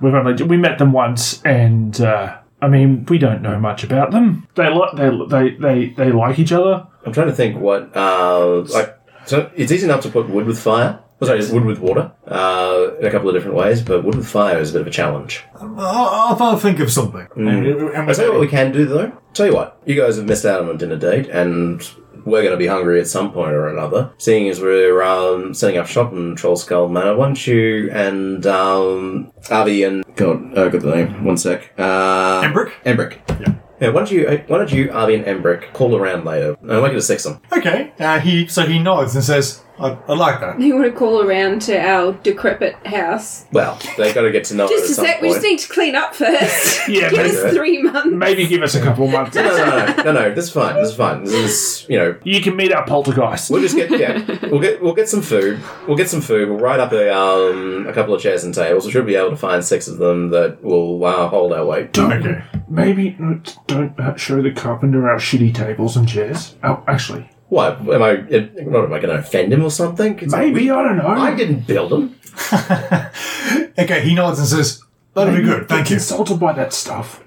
S3: We've only we met them once, and uh, I mean, we don't know much about them. They like they, they they they like each other.
S4: I'm trying to think what uh, like. So it's easy enough to put wood with fire. Oh, sorry, wood with water uh, in a couple of different ways, but wood with fire is a bit of a challenge.
S2: I'll, I'll, I'll think of something. And- and
S4: I tell you what
S2: we-
S4: we can do though. Tell you what, you guys have missed out on a dinner date, and we're going to be hungry at some point or another. Seeing as we're um, setting up shop in Troll Skull Manor, why don't you and um, Avi and God, oh, got the name. One sec. Uh,
S2: Embrick?
S4: Embrick.
S2: Yeah.
S4: Yeah. Why don't you? uh, Why don't you, Avi and Embrick, call around later? I'm going to six them.
S2: Okay. Uh, he So he nods and says, I, I like that.
S6: You want to call around to our decrepit house?
S4: Well, they got to get to know. it
S6: Just a
S4: at some
S6: sec, we
S4: point.
S6: just need to clean up first.
S3: Yeah,
S6: Give
S3: maybe.
S6: us three months.
S3: Maybe give us a couple of months.
S4: No, no, no, no, no. This is fine. This is fine. This is you know.
S3: You can meet our poltergeist.
S4: We'll just get yeah. We'll get we'll get some food. We'll get some food. We'll write up a um a couple of chairs and tables. We should be able to find six of them that will uh, hold our weight.
S3: Don't,
S2: Okay.
S3: Maybe no, don't uh, show the carpenter our shitty tables and chairs. Oh, actually,
S4: What am I? It, what am I going to offend him or something? It's like,
S3: maybe I don't know.
S4: I didn't build him.
S2: Okay, he nods and says, That'll be good. Thank you.
S3: Insulted by that stuff.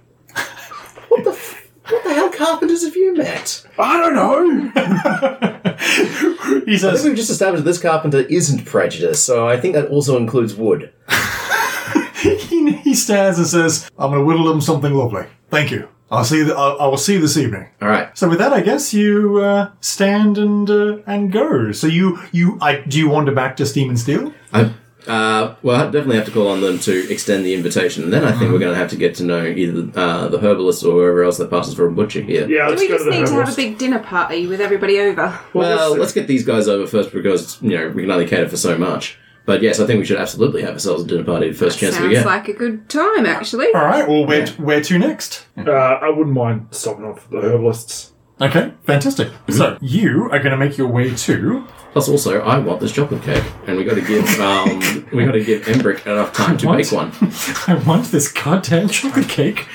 S4: What the f- what the hell carpenters have you met?
S3: I don't know.
S2: He
S4: I think
S2: says,
S4: we've just established this carpenter isn't prejudiced, so I think that also includes wood.
S2: he, he stands and says, I'm going to whittle them something lovely. Thank you. I'll see. The, I, I will see you this evening.
S4: All right.
S2: So with that, I guess you uh, stand and uh, and go. So you you I, do you wander back to Steam and Steel?
S4: I, uh, well, I definitely have to call on them to extend the invitation. And then I think we're going to have to get to know either uh, the herbalist or whoever else that passes for a butcher here.
S3: Yeah, let's
S7: We
S3: go
S7: just
S3: to the
S7: need to have a
S3: herbalist.
S7: big dinner party with everybody over.
S4: Well, let's get these guys over first because you know we can only cater for so much. But yes, I think we should absolutely have ourselves a dinner party the first chance we
S7: Sounds
S4: get.
S7: like a good time, actually.
S2: All right. Well, where where to next?
S3: Uh, I wouldn't mind stopping off at the herbalists.
S2: Okay, fantastic. So you are going to make your way to.
S4: Plus, also, I want this chocolate cake, and we got to give um, we got to give Embrick enough time to
S2: What?
S4: make one.
S2: I want this goddamn chocolate cake.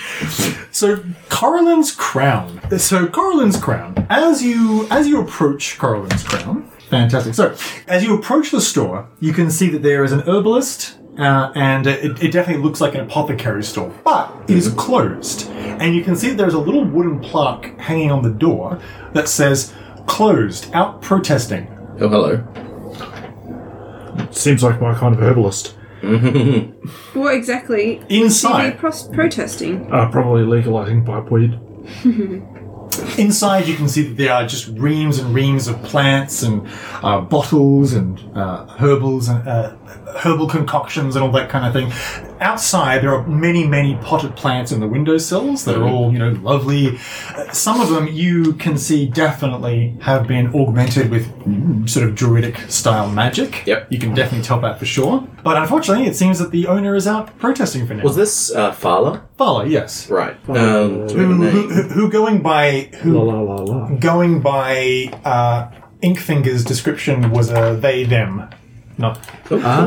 S2: So Carlin's crown. So Carlin's crown. As you as you approach Carlin's crown, fantastic. So as you approach the store, you can see that there is an herbalist. Uh, and it, it definitely looks like an apothecary store, but it is closed. And you can see that there's a little wooden plaque hanging on the door that says, closed, out protesting.
S4: Oh, hello.
S3: Seems like my kind of herbalist.
S6: What exactly? Are
S2: Inside,
S6: pros- protesting?
S3: Uh, probably legalizing pipeweed.
S2: Inside, you can see that there are just reams and reams of plants and uh, bottles and uh, herbals and uh, herbal concoctions and all that kind of thing. Outside, there are many, many potted plants in the windowsills that are all, you know, lovely. Uh, some of them you can see definitely have been augmented with mm, sort of druidic style magic.
S4: Yep.
S2: You can definitely tell that for sure. But unfortunately, it seems that the owner is out protesting for now.
S4: Was this uh, Fala?
S2: Fala, yes.
S4: Right. Um, do we have a
S2: Who,
S4: name?
S2: who, who going by who
S3: La la la la.
S2: going by uh, Inkfinger's description was a they them, not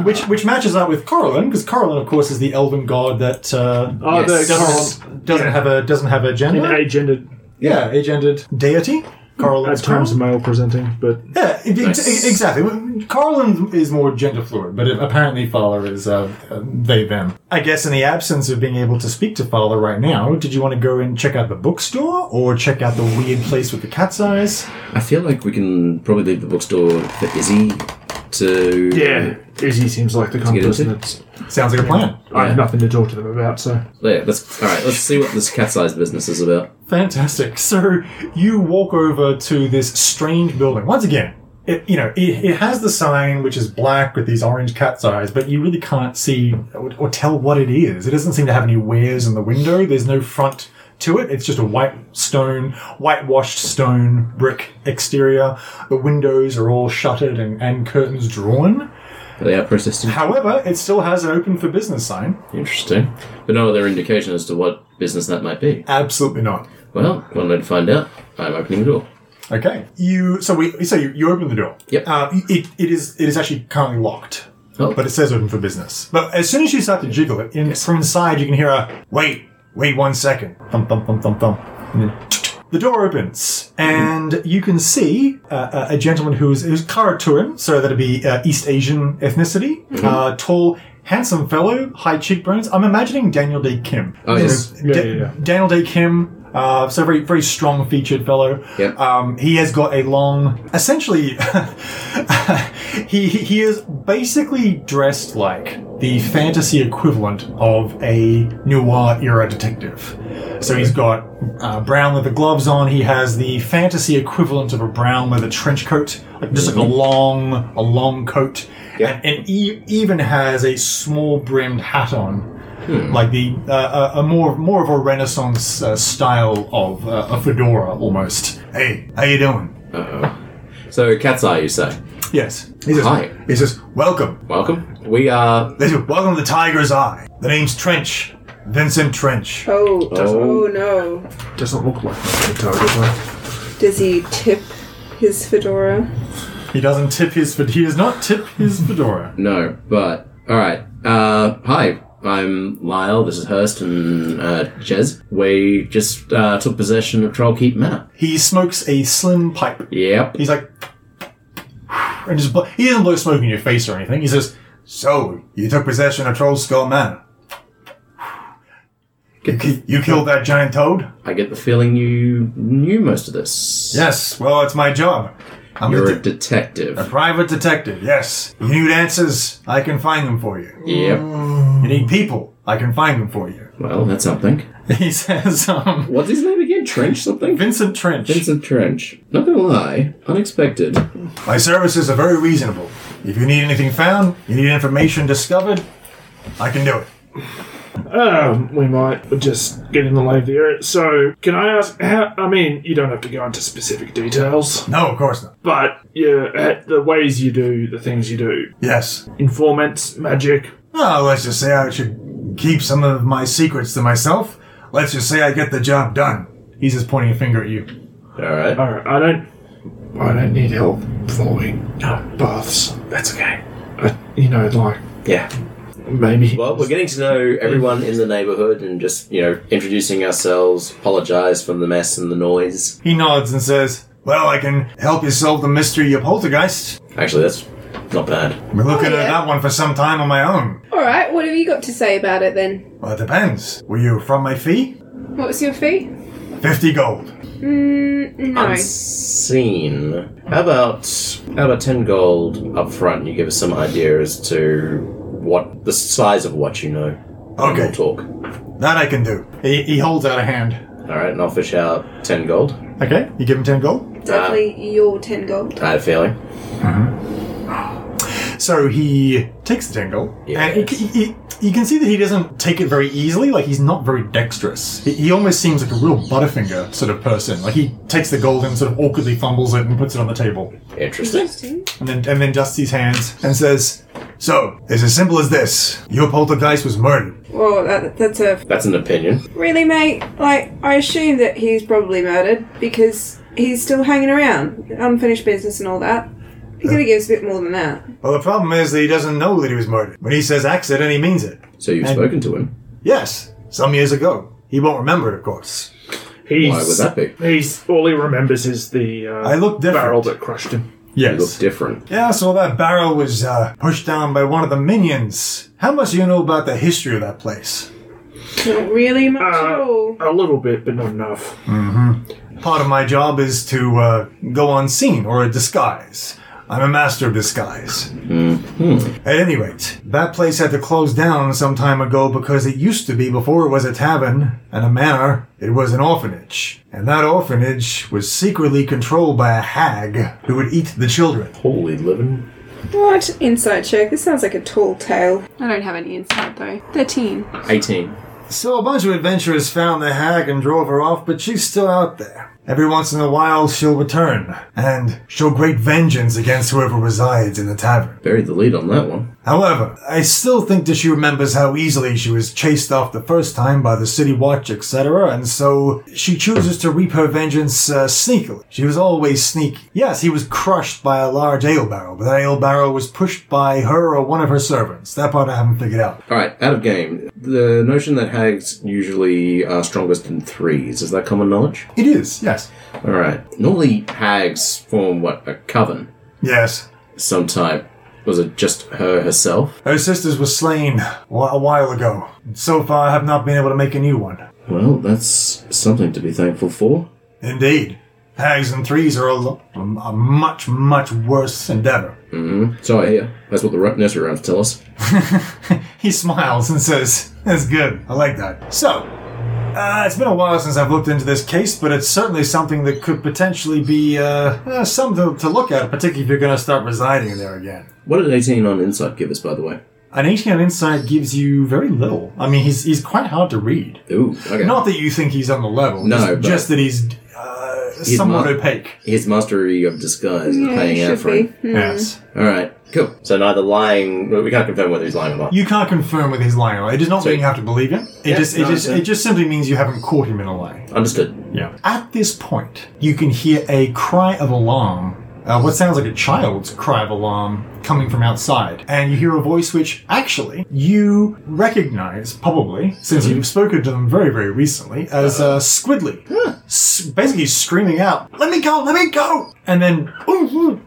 S2: which which matches up with Coralin because Coralin, of course, is the elven god that uh,
S3: Oh,
S4: Yes.
S3: the
S4: Yes.
S3: current
S2: doesn't have a doesn't have a gender.
S3: agendered
S2: yeah, agendered deity.
S3: at
S2: Corallin's
S3: times
S2: Coralin.
S3: male presenting, but
S2: Yeah, e- e-
S4: Nice.
S2: e- exactly. Coralin is more gender fluid, but apparently Fowler is uh, uh, they them. I guess in the absence of being able to speak to Fowler right now, did you want to go and check out the bookstore or check out the weird place with the cat's eyes?
S4: I feel like we can probably leave the bookstore for Izzy to
S3: Yeah, Izzy seems like the
S4: to
S3: kind
S4: get
S3: of person
S4: into.
S3: that
S2: Sounds like a plan.
S3: I
S4: Yeah.
S3: have nothing to talk to them about. So
S4: Yeah, let's all right. Let's see what this cat-sized business is about.
S2: Fantastic. So you walk over to this strange building. Once again, it, you know, it, it has the sign which is black with these orange cat's eyes, but you really can't see or, or tell what it is. It doesn't seem to have any wares in the window. There's no front to it. It's just a white stone, whitewashed stone brick exterior. The windows are all shuttered and, and curtains drawn.
S4: They are protesting.
S2: However, it still has an open for business sign.
S4: Interesting, but no other indication as to what business that might be.
S2: Absolutely not.
S4: Well, one way to find out. I'm opening the door.
S2: Okay. You so we so you, you open the door.
S4: Yep.
S2: Uh, it, it is it is actually currently locked,
S4: Oh,
S2: but it says open for business. But as soon as you start to jiggle it, in, from inside you can hear a wait, wait one second, thump thump thump thump thump. And then the door opens, and you can see uh, a a gentleman who is, who's Karaturan, so that'd be uh, East Asian ethnicity,
S4: Mm-hmm.
S2: uh, tall, handsome fellow, high cheekbones. I'm imagining Daniel Day Kim.
S4: Oh, yes.
S2: You know,
S3: Yeah,
S2: Da-
S3: yeah, yeah.
S2: Daniel Day Kim. Uh, so very, very strong featured fellow.
S4: Yep.
S2: Um, he has got a long, essentially, he he is basically dressed like the fantasy equivalent of a noir era detective. So he's got uh, brown leather gloves on. He has the fantasy equivalent of a brown leather trench coat, like just like a long, a long coat, and, and e- even has a small brimmed hat on like the uh, a, a more more of a Renaissance uh, style of uh, a fedora almost. Hey, how you doing?
S4: so cat's eye, you say?
S2: Yes. He says,
S4: Hi.
S2: He says, welcome.
S4: Welcome. We are.
S2: They say, welcome to Tiger's Eye. The name's Trench, Vincent Trench.
S6: Oh,
S4: Oh.
S6: oh no.
S3: doesn't look like a target. Though.
S6: Does he tip his fedora?
S2: He doesn't tip his fedora. He does not tip his fedora.
S4: No, but all right. Uh, hi. I'm Lyle. This is Hurst and uh, Jez. We just uh, took possession of Trollkeep Manor.
S2: He smokes a slim pipe.
S4: Yep.
S2: He's like, and just bl- he doesn't blow smoke in your face or anything. He says, so you took possession of Troll Skull Manor. You, ki- you killed that giant toad.
S4: I get the feeling you knew most of this.
S2: Yes, well, it's my job. I'm
S4: You're a
S2: a, de- Uh, a
S4: detective.
S2: private detective, yes. You need answers, I can find them for you.
S4: Yep.
S2: You need people, I can find them for you.
S4: Well, that's something.
S2: He says, um,
S4: What's his name again? Trench something?
S2: Vincent Trench,
S4: Vincent Trench. Not gonna lie, unexpected.
S2: my services are very reasonable. If you need anything found, you need information discovered, I can do it.
S3: Um, we might just get in the lay of the area. So, can I ask? How, I mean, you don't have to go into specific details,
S2: No, of course not.
S3: but yeah, eh, the ways you do the things you do,
S2: Yes.
S3: informants, magic.
S2: Oh, let's just say I should keep some of my secrets to myself. Let's just say I get the job done. He's just pointing a finger at you.
S4: Alright.
S3: All right, I don't, I don't need help following uh, paths. That's okay. I, Uh, you know, like
S4: Yeah.
S3: maybe.
S4: Well, we're getting to know everyone in the neighborhood and just, you know, introducing ourselves, apologize for the mess and the noise.
S2: He nods and says, Well, I can help you solve the mystery of Poltergeist.
S4: Actually, that's not bad.
S2: I've been looking
S6: Oh,
S2: at
S6: yeah.
S2: that one for some time on my own.
S6: Alright, what have you got to say about it then?
S2: Well, it depends. Were you from my fee?
S6: What was your fee?
S2: 50 gold.
S6: Mm, no.
S4: Unseen. How about how about ten gold up front? and You give us some idea as to what the size of what you know. And
S2: Okay.
S4: We'll talk.
S2: That I can do. He, he holds out a hand.
S4: All right, and I'll fish out ten gold.
S2: Okay, you give him 10 gold.
S6: Definitely your 10 gold.
S4: I had a feeling.
S2: So he takes the 10 gold. And he,
S4: Yes.
S2: he, he- you can see that he doesn't take it very easily. Like, he's not very dexterous. He, he almost seems like a real Butterfinger sort of person. Like, he takes the gold and sort of awkwardly fumbles it and puts it on the table.
S4: Interesting.
S2: And then, and then dusts his hands and says, So, it's as simple as this. Your poltergeist was murdered.
S6: Well, that, that's a
S4: That's an opinion.
S6: Really, mate? Like, I assume that he's probably murdered because he's still hanging around, unfinished business and all that. He's gonna give us a bit more than that.
S2: Well, the problem is that he doesn't know that he was murdered. When he says accident, he means it.
S4: So you've
S2: And-
S4: spoken to him.
S2: Yes, some years ago. He won't remember it, of course.
S3: He's,
S4: Why would that be?
S3: He's all he remembers is the uh,
S2: I look different.
S3: barrel that crushed him.
S4: You look different.
S2: Yeah, so that barrel was uh, pushed down by one of the minions. How much do you know about the history of that place?
S6: Not really much at
S3: Uh,
S7: Oh.
S6: all.
S3: a little bit, but not enough.
S2: Part of my job is to uh, go on scene or a disguise. I'm a master of disguise. At any rate, that place had to close down some time ago because it used to be, before it was a tavern and a manor, it was an orphanage. And that orphanage was secretly controlled by a hag who would eat the children.
S8: Holy living.
S6: What? Inside check. This sounds like a tall tale.
S7: I don't have any inside though. 13.
S4: 18.
S2: So a bunch of adventurers found the hag and drove her off, but she's still out there. Every once in a while, she'll return and show great vengeance against whoever resides in the tavern.
S4: Buried the lead on that one.
S2: However, I still think that she remembers how easily she was chased off the first time by the city watch, etc., and so she chooses to reap her vengeance uh, sneakily. She was always sneaky. Yes, he was crushed by a large ale barrel, but that ale barrel was pushed by her or one of her servants. That part I haven't figured out.
S4: All right, out of game. The notion that hags usually are strongest in threes is that common knowledge?
S2: It is, yes.
S4: All right. Normally, hags form what a coven,
S2: Yes.
S4: some type. Was it just her herself?
S2: Her sisters were slain wh- a while ago. and So far, I have not been able to make a new one.
S4: Well, that's something to be thankful for.
S2: Indeed. Hags and threes are a, lo- a much, much worse endeavor.
S4: So I hear. That's what the ru- nursery rhymes tell us.
S2: He smiles and says, That's good. I like that. So, uh, it's been a while since I've looked into this case, but it's certainly something that could potentially be uh, uh, something to, to look at, particularly if you're going to start residing there again.
S4: What did 18 on insight give us, by the way?
S2: An 18 on insight gives you very little. I mean, he's, he's quite hard to read.
S4: Ooh, okay.
S2: Not that you think he's on the level,
S4: No,
S2: just,
S4: but-
S2: just that he's, uh, somewhat
S4: not.
S2: opaque.
S4: His mastery of disguise is
S6: Yeah,
S4: paying
S6: it
S4: out
S6: should
S4: for
S6: be.
S4: him.
S2: Yes.
S4: All right, cool. So neither lying. well, We can't confirm whether he's lying or not.
S2: You can't confirm with his lying. It does not mean you have to believe him. It
S4: Yeah,
S2: just it
S4: no,
S2: just
S4: yeah.
S2: it just simply means you haven't caught him in a lie.
S4: Understood.
S2: Yeah. At this point, you can hear a cry of alarm. Uh, what sounds like a child's cry of alarm coming from outside, and you hear a voice which actually you recognize probably since you've spoken to them very very recently as uh, Squidly, S- basically screaming out, "Let me go! Let me go!" And then
S4: All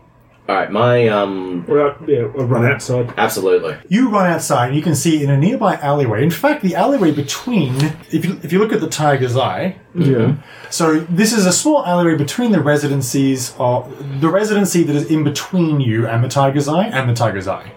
S4: right, my um.
S3: Well, yeah, I'll run outside.
S4: Absolutely.
S2: You run outside and you can see in a nearby alleyway. In fact, the alleyway between, if you, if you look at the tiger's eye,
S3: Yeah.
S2: so this is a small alleyway between the residencies of the residency that is in between you and the tiger's eye and the tiger's eye.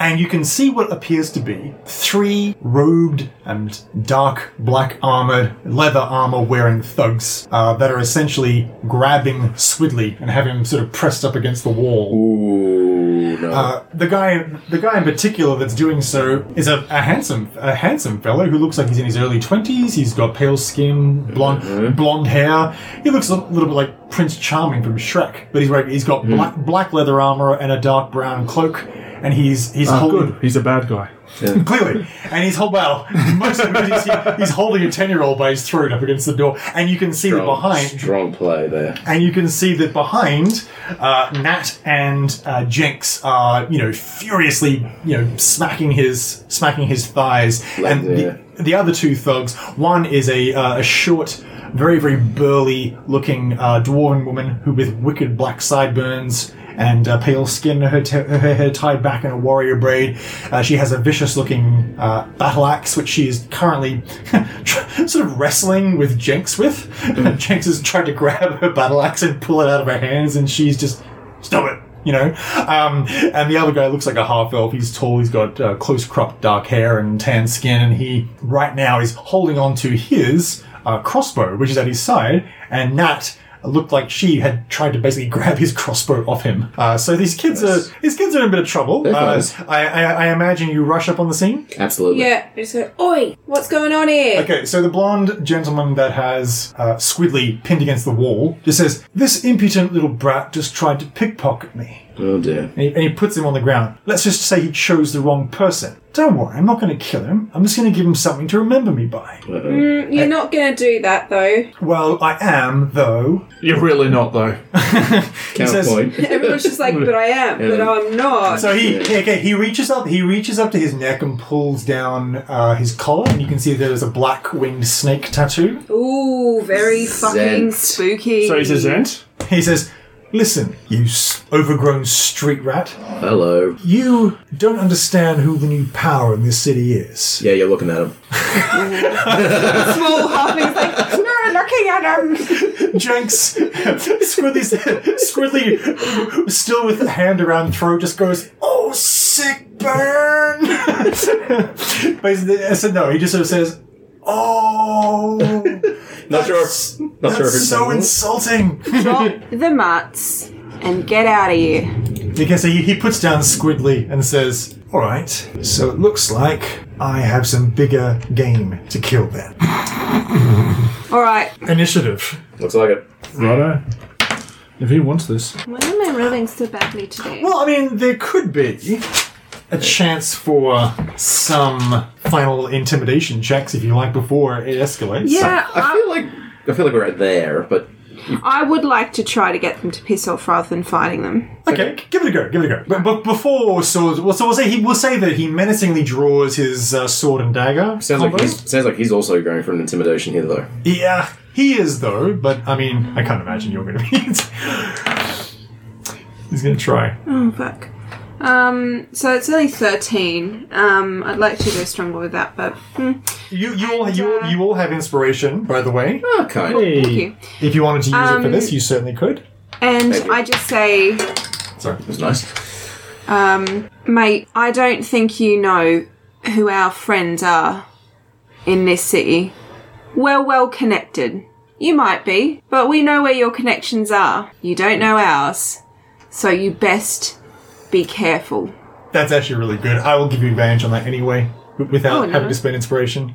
S2: And you can see what appears to be three robed and dark black armored, leather armor wearing thugs uh, that are essentially grabbing Swidley and have him sort of pressed up against the wall.
S4: Ooh, no.
S2: Uh, the guy, the guy in particular that's doing so is a, a handsome, a handsome fellow who looks like he's in his early twenties. He's got pale skin, blonde, blonde hair. He looks a little bit like Prince Charming from Shrek, but he's wearing, he's got black, black leather armor and a dark brown cloak, and he's he's holding
S3: Ah, Good. He's a bad guy.
S2: clearly, and he's hold well, most of it is he- he's holding a ten year old by his throat up against the door, and you can see that behind
S4: Oh, strong play there.
S2: and you can see that behind uh, Nat and uh, Jenks are you know furiously you know smacking his smacking his thighs and
S4: yeah.
S2: the, the other two thugs one is a, uh, a short very very burly looking uh, dwarven woman who with wicked black sideburns and uh, pale skin her, t- her hair tied back in a warrior braid uh, she has a vicious looking uh, battle axe which she is currently tr- sort of wrestling with jenks with jenks has tried to grab her battle axe and pull it out of her hands and she's just stop it you know um, and the other guy looks like a half elf he's tall he's got uh, close cropped dark hair and tan skin and he right now is holding on to his uh, crossbow which is at his side and nat looked like she had tried to basically grab his crossbow off him uh, so these kids are these kids are in a bit of trouble uh,
S4: guys.
S2: I, I, I imagine you rush up on the scene
S4: Absolutely.
S6: Yeah. I just go, oi, what's going on here?
S2: Okay, so the blonde gentleman that has uh, Squidly pinned against the wall just says, This impudent little brat just tried to pickpocket me.
S4: Oh dear.
S2: and he, and he puts him on the ground. Let's just say he chose the wrong person. Don't worry, I'm not going to kill him. I'm just going to give him something to remember me by.
S6: You're not going to do that, though.
S2: Well, I am, though.
S3: You're really not, though.
S4: Counterpoint.
S6: Everyone's just like, but I am, but I'm not.
S2: So he okay, he reaches up he reaches up to his neck and pulls down uh, his collar, and you can see there's a black winged snake tattoo.
S6: Ooh, very fucking
S4: Zent.
S7: Spooky.
S3: So he's a Zent.
S2: He says, "Listen, you s- overgrown street rat,
S4: Hello.
S2: you don't understand who the new power in this city is."
S4: Yeah, you're looking at him.
S7: Small halfling's like, no, looking
S5: looking at him.
S2: Jenks, Squidly's, Squidly, still with the hand around the throat, just goes, "Oh, sick burn." Basically, I said no. He just sort of says, "Oh,
S4: Not sure.
S2: that's-
S4: Not sure. if
S2: that's
S4: it's
S2: so insulting."
S7: Drop the mutts and get out of here.
S2: You can see he puts down Squidly and says, "All right, so it looks like I have some bigger game to kill then."
S7: All right.
S2: Initiative.
S4: Looks like it.
S3: Righto. If he wants this.
S7: Why are my rolling so badly today?
S2: Well, I mean, there could be a chance for some final intimidation checks if you like before it escalates.
S7: Yeah,
S4: I feel like I feel like we're right there, but
S7: I would like to try to get them to piss off rather than fighting them.
S2: Okay, give it a go. Give it a go. But, but before swords, well, so we'll say he will say that he menacingly draws his uh, sword and dagger.
S4: sounds like
S2: combo.
S4: he's sounds like he's also going for an intimidation here, though.
S2: yeah, he is though. But I mean, I can't imagine you're going to be. he's going to try.
S7: Oh fuck. Um, so it's only thirteen. Um, I'd like to go stronger with that, but hmm,
S2: You you all you all, you all have inspiration, by the way.
S4: Oh, kind. of.
S7: thank you.
S2: If you wanted to use it for this, you certainly could.
S7: And
S4: Thank you.
S7: I just say,
S2: Sorry.
S4: That's nice.
S7: um, mate, I don't think you know who our friends are in this city. We're well connected. You might be, but we know where your connections are. You don't know ours, so you best be careful.
S2: That's actually really good. I will give you advantage on that anyway, w- without
S7: no.
S2: having to spend inspiration.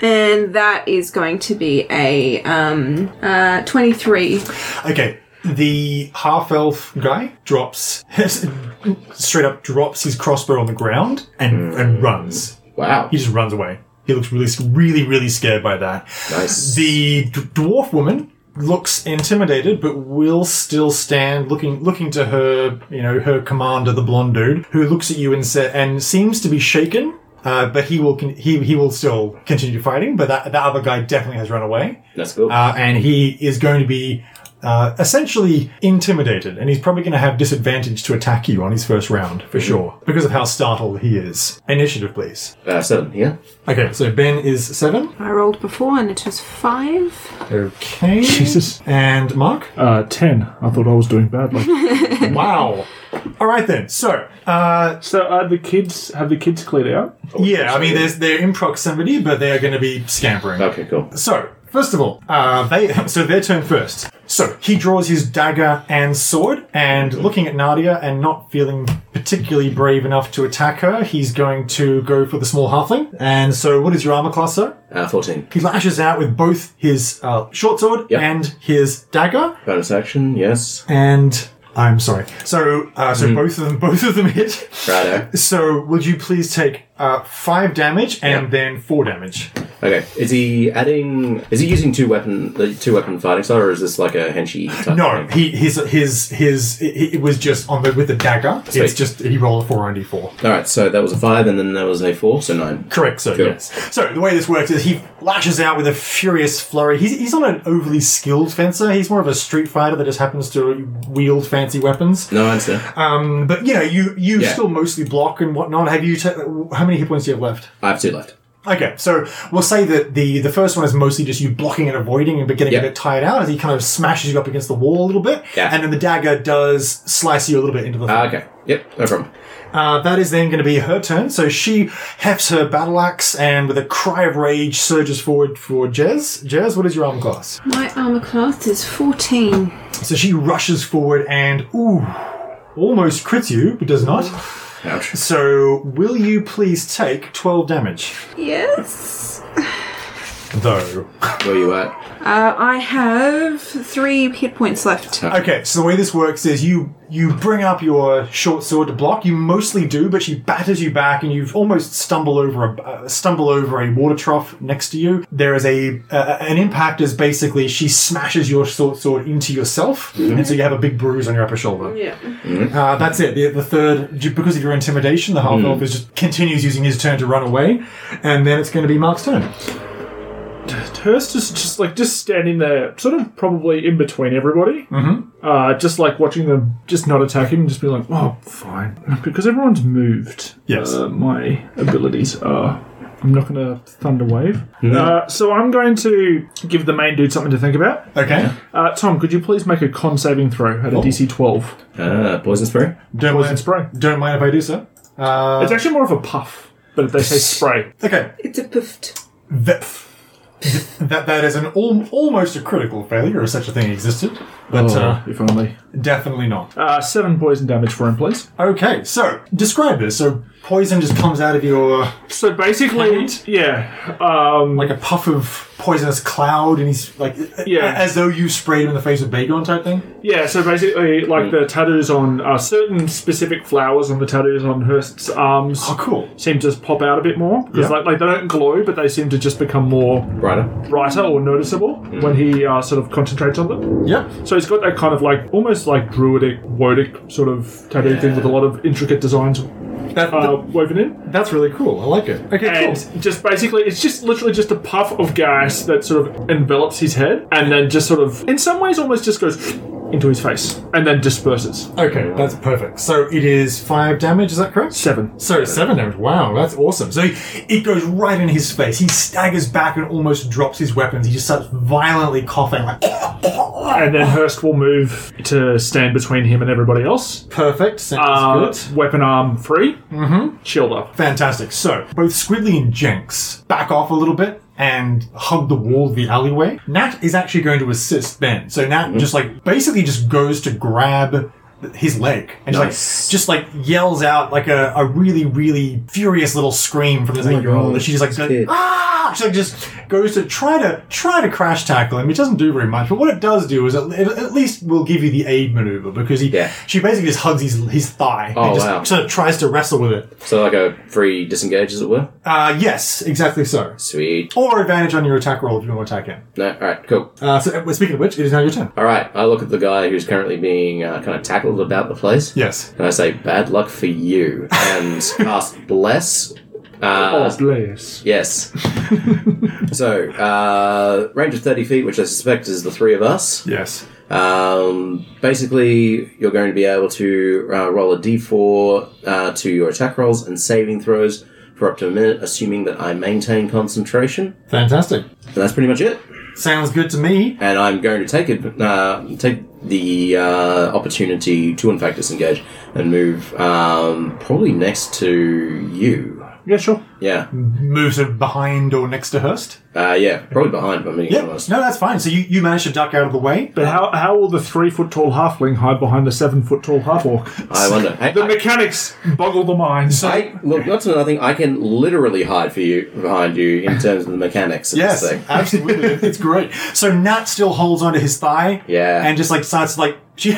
S7: And that is going to be a um, uh, 23.
S2: Okay, the half elf guy drops straight up drops his crossbow on the ground and, and runs.
S4: Wow.
S2: He just runs away. He looks really really really scared by that.
S4: nice.
S2: The d- dwarf woman looks intimidated, but will still stand looking looking to her, you know, her commander, the blonde dude, who looks at you and sa- and seems to be shaken. Uh, but he will con- he he will still continue fighting. But that, that other guy definitely has run away,
S4: That's cool.
S2: uh, and he is going to be. Uh, essentially intimidated, and he's probably going to have disadvantage to attack you on his first round for sure because of how startled he is. Initiative, please.
S4: Uh, seven. Yeah.
S2: Okay, so Ben is seven.
S7: I rolled before and it was 5.
S2: Okay.
S3: Jesus.
S2: And Mark?
S3: Uh, 10. I thought I was doing badly.
S2: wow. All right then. So, uh,
S3: so are the kids, have the kids cleared out?
S2: yeah, I mean, there's, they're in proximity, but they are going to be scampering.
S4: Okay. Cool.
S2: So, first of all, uh, they so their turn first. So he draws his dagger and sword, and looking at Nadia and not feeling particularly brave enough to attack her, he's going to go for the small halfling. And so, what is your armor class, sir?
S4: Uh, Fourteen.
S2: He lashes out with both his uh, short sword
S4: Yep.
S2: and his dagger.
S4: Bonus action. Yes.
S2: and I'm sorry. So, uh,
S4: Hmm.
S2: so both of them, both of them hit.
S4: Righto.
S2: So, would you please take uh, five damage and
S4: Yeah.
S2: then four damage?
S4: Okay. Is he adding? Is he using two weapon the two weapon fighting style, or is this like a henchy? Type
S2: No,
S4: Thing?
S2: he his his his it, it was just on the with the dagger. It's
S4: Sweet.
S2: just he rolled a four on d four.
S4: All right. So that was a five, and then that was a four, so nine.
S2: Correct, sir.
S4: Cool.
S2: Yes. So the way this works is he lashes out with a furious flurry. He's, he's not an overly skilled fencer. He's more of a street fighter that just happens to wield fancy weapons.
S4: No answer.
S2: Um, but you know, you you
S4: Yeah.
S2: still mostly block and whatnot. Have you? ta how many hit points do you have left?
S4: I have two left.
S2: Okay, so we'll say that the the first one is mostly just you blocking and avoiding and getting
S4: Yeah.
S2: a bit tired out as he kind of smashes you up against the wall a little bit,
S4: Yeah.
S2: and then the dagger does slice you a little bit into the.
S4: Ah,
S2: throat.
S4: okay. Yep. No problem.
S2: Uh, that is then going to be her turn. So she hefts her battle axe and with a cry of rage surges forward for Jez. Jez, what is your arm class?
S7: My armor class is 14.
S2: So she rushes forward and ooh, almost crits you, but does not.
S4: Ouch.
S2: So will you please take twelve damage?
S7: Yes.
S2: Though.
S4: Where you at?
S7: Uh, I have three hit points left.
S2: Okay, so the way this works is you you bring up your short sword to block. You mostly do, but she batters you back, and you almost stumble over a uh, stumble over a water trough next to you. There is a uh, an impact is basically she smashes your short sword into yourself, and so you have a big bruise on your upper shoulder. Yeah, uh, that's it. The, the third, ju- because of your intimidation, the half elf is just continues using his turn to run away, and then it's going to be Mark's turn.
S3: Hurst is just like just standing there, sort of probably in between everybody, mm-hmm. uh, just like watching them, just not attacking, and just be like, "Oh, fine," because everyone's moved.
S2: Yes.
S3: uh, my abilities are I'm not going to thunder wave.
S2: Mm-hmm.
S3: Uh, so I'm going to give the main dude something to think about.
S2: Okay.
S3: Uh, Tom, could you please make a con saving throw at a
S2: Oh.
S3: DC 12?
S4: Ah, poison spray.
S2: Don't
S3: Poison
S2: mind,
S3: spray.
S2: don't mind if I do so. Uh,
S3: It's actually more of a puff, but they say spray.
S2: okay.
S6: It's a poofed.
S2: That, that, that is an al- almost a critical failure if such a thing existed, but uh,
S3: Oh, if only.
S2: definitely not.
S3: Uh, seven poison damage for him, please.
S2: Okay, so describe this. So poison just comes out of your
S3: So basically, yeah, um,
S2: like a puff of poisonous cloud, and he's like,
S3: Yeah.
S2: as though you sprayed him in the face with Bagon type thing.
S3: yeah. So basically, like
S2: Hmm.
S3: the tattoos on uh, certain specific flowers on the tattoos on Hurst's arms
S2: Oh, cool.
S3: seem to pop out a bit more because
S2: Yeah.
S3: like, like they don't glow, but they seem to just become more
S4: Brighter.
S3: brighter or noticeable
S2: Hmm.
S3: when he uh, sort of concentrates on them.
S2: Yep.
S3: So he's got that kind of like almost like druidic, wodic sort of tattoo thing with a lot of intricate designs
S2: That,
S3: uh, woven in.
S2: that's really cool. I like it. Okay,
S3: and
S2: cool.
S3: just basically it's just literally just a puff of gas that sort of envelops his head and then just sort of in some ways almost just goes into his face and then disperses
S2: Okay, that's perfect. So it is five damage. Is that correct?
S3: seven
S2: So it's seven damage. Wow, that's awesome. So he, it goes right in his face. He staggers back and almost drops his weapons. He just starts violently coughing. Like
S3: and then Hurst will move to stand between him and everybody else
S2: perfect. Sounds
S3: uh,
S2: good.
S3: weapon arm free mm-hmm. shield up
S2: Fantastic. So, both Squidly and Jenks back off a little bit and hug the wall of the alleyway. Nat is actually going to assist Ben. So Nat just like basically just goes to grab his leg and
S4: Nice.
S2: just like just like yells out like a, a really really furious little scream from this eight year old
S4: God.
S2: and Oh, she just like goes,
S4: Kid.
S2: ah she like just goes to try to try to crash tackle him it doesn't do very much but what it does do is it, it at least will give you the aid maneuver because he
S4: Yeah.
S2: she basically just hugs his his thigh
S4: Oh,
S2: and just
S4: wow.
S2: sort of tries to wrestle with it
S4: So like a free disengage, as it were.
S2: uh, yes, exactly so.
S4: Sweet.
S2: Or advantage on your attack roll if you want to attack him.
S4: No. All right. Cool.
S2: Uh, so, uh, speaking of which, it is now your turn.
S4: All right. I look at the guy who's currently being uh, kind of tackled about the place.
S2: Yes.
S4: And I say, bad luck for you, and cast bless. Uh,
S3: oh bless
S4: Yes. so, uh, range of 30 feet, which I suspect is the three of us.
S2: Yes.
S4: Um, basically, you're going to be able to uh, roll a d4 uh, to your attack rolls and saving throws for up to a minute, assuming that I maintain concentration.
S2: Fantastic.
S4: And that's pretty much it.
S2: Sounds good to me.
S4: And I'm going to take it, uh, take the uh, opportunity to in fact disengage and move um, probably next to you.
S3: yeah sure
S4: Yeah,
S2: Moves it behind or next to Hurst.
S4: uh, yeah, probably behind. If I'm being
S2: Yeah.
S4: honest.
S2: No, that's fine. So you, you managed to duck out of the way.
S3: but how, how will the three foot tall halfling hide behind the seven foot tall half orc
S4: I wonder. Hey,
S3: the
S4: I-
S3: mechanics boggle the mind so
S4: I look, that's another thing. I can literally hide for you behind you in terms of the mechanics of
S2: Yes,
S4: this thing.
S2: absolutely. it's great. So Nat still holds onto his thigh.
S4: Yeah.
S2: And just like starts like she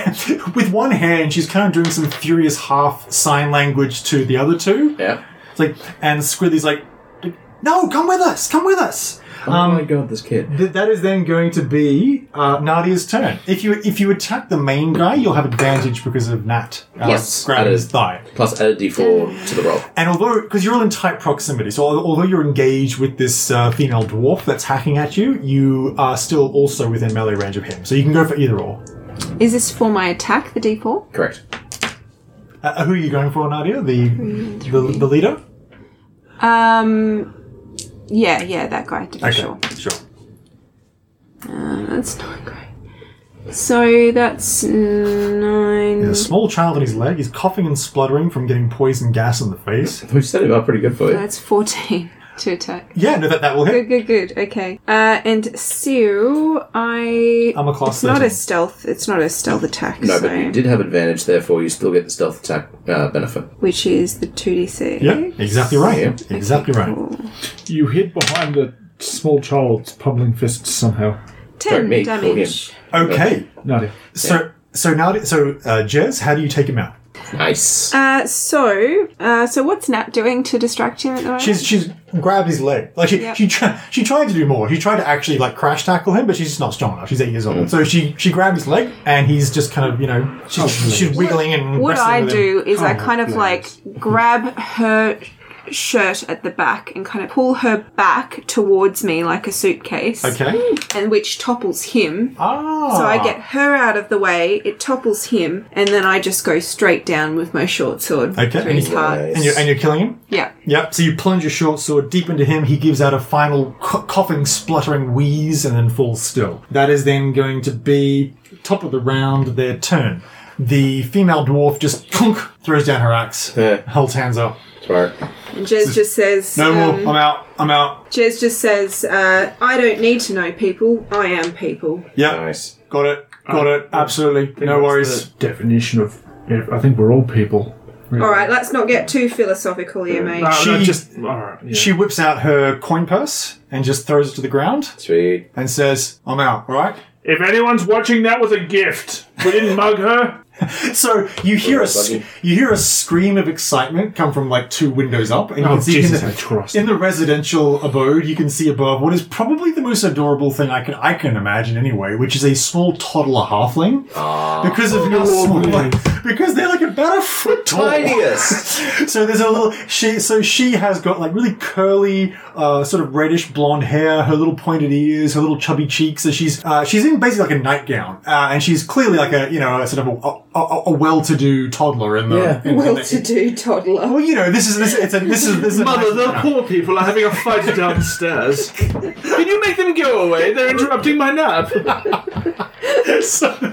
S2: with one hand, she's kind of doing some furious half sign language to the other two.
S4: Yeah.
S2: It's like and Squidly's like, no, come with us, come with us.
S4: Oh my god, this kid.
S2: Th- that is then going to be uh, Nadia's turn. If you if you attack the main guy, you'll have advantage because of Nat uh,
S4: Yes,
S2: grabbing
S4: that
S2: his
S4: is-
S2: thigh.
S4: Plus add a d4 to the roll.
S2: And although because you're all in tight proximity, so al- although you're engaged with this uh, female dwarf that's hacking at you, you are still also within melee range of him. So you can go for either or.
S7: Is this for my attack, the D4?
S4: Correct.
S2: Uh, who are you going for, Nadia? The the, the leader?
S7: Um, yeah, yeah, that guy, for sure.
S2: sure.
S7: Uh, that's not great. So that's nine.
S2: A small child on his leg. He's coughing and spluttering from getting poison gas in the face.
S4: We've set him up pretty good for you.
S7: That's 14 to attack.
S2: Yeah, no, that, that will hit.
S7: Good, good, good. Okay. Uh, and so I.
S2: I'm a class
S7: It's not
S2: 13.
S7: a stealth. It's not a stealth attack.
S4: No,
S7: so,
S4: but you did have advantage, therefore you still get the stealth attack uh, benefit.
S7: Which is the 2d6.
S2: Yeah, exactly right.
S4: Yeah.
S2: Exactly right.
S7: Cool.
S3: you hid behind the small child's pummeling fists somehow
S4: Sorry,
S7: 10
S4: me, call him.
S7: damage.
S2: Okay.
S3: Nadia
S2: So so now so uh, Jez, how do you take him out?
S4: Nice.
S7: Uh, so, uh, so what's Nat doing to distract him at the moment?
S2: She's she's grabbed his leg. Like she
S7: Yep.
S2: she tri- she tried to do more. She tried to actually like crash tackle him, but she's just not strong enough. She's eight years old, so she she grabbed his leg, and he's just kind of you know she's, she's wiggling and
S7: what
S2: wrestling
S7: I
S2: with him.
S7: do is I kind of like grab her shirt at the back and kind of pull her back towards me like a suitcase.
S2: Okay.
S7: And which topples him.
S2: Ah.
S7: So I get her out of the way, it topples him, and then I just go straight down with my short sword
S2: Okay.
S7: through his heart.
S4: Nice.
S2: And you're, and you're killing him?
S7: Yeah.
S2: Yep. So you plunge your short sword deep into him. He gives out a final cu- coughing, spluttering wheeze and then falls still. That is then going to be top of the round, their turn. The female dwarf just clunk, throws down her axe,
S4: Yeah.
S2: holds hands up.
S4: Right.
S7: And Jez just says
S2: No
S7: um,
S2: more. I'm out. I'm out.
S7: Jez just says, uh, I don't need to know people, I am people.
S2: Yep.
S4: Nice.
S2: Got it.
S3: Um,
S2: Got it. Absolutely. No
S3: That's
S2: worries.
S3: the definition of. yeah, I think we're all people. really.
S7: Alright, let's not get too philosophical here, mate.
S3: No, Uh, no,
S2: She-
S3: just. Alright. Yeah.
S2: She whips out her coin purse and just throws it to the ground
S4: Sweet.
S2: and says, I'm out, all right?
S3: If anyone's watching, that was a gift. We didn't mug her.
S2: So you hear a
S4: Alright,
S2: sc-
S4: buddy.
S2: you hear a scream of excitement come from like two windows up, and you
S3: Oh,
S2: can see
S3: Jesus,
S2: in,
S3: I trust.
S2: the, in the residential abode you can see above what is probably the most adorable thing I can I can imagine anyway, which is a small toddler halfling
S4: Ah.
S2: because
S3: Oh,
S2: of how small like, because they're like about a foot tall.
S4: Tiniest.
S2: So there's a little she. So she has got like really curly, uh, sort of reddish blonde hair, her little pointed ears, her little chubby cheeks. So she's uh, she's in basically like a nightgown, uh, and she's clearly like a you know a sort of a, a, a well-to-do toddler in the
S4: Yeah.
S2: in- in the-
S6: Well-to-do toddler.
S2: Well, you know, this is this. It's a this is this is a
S3: Mother, the
S2: nice-
S3: poor people are having a fight downstairs. Can you make them go away? They're interrupting my nap.
S2: So-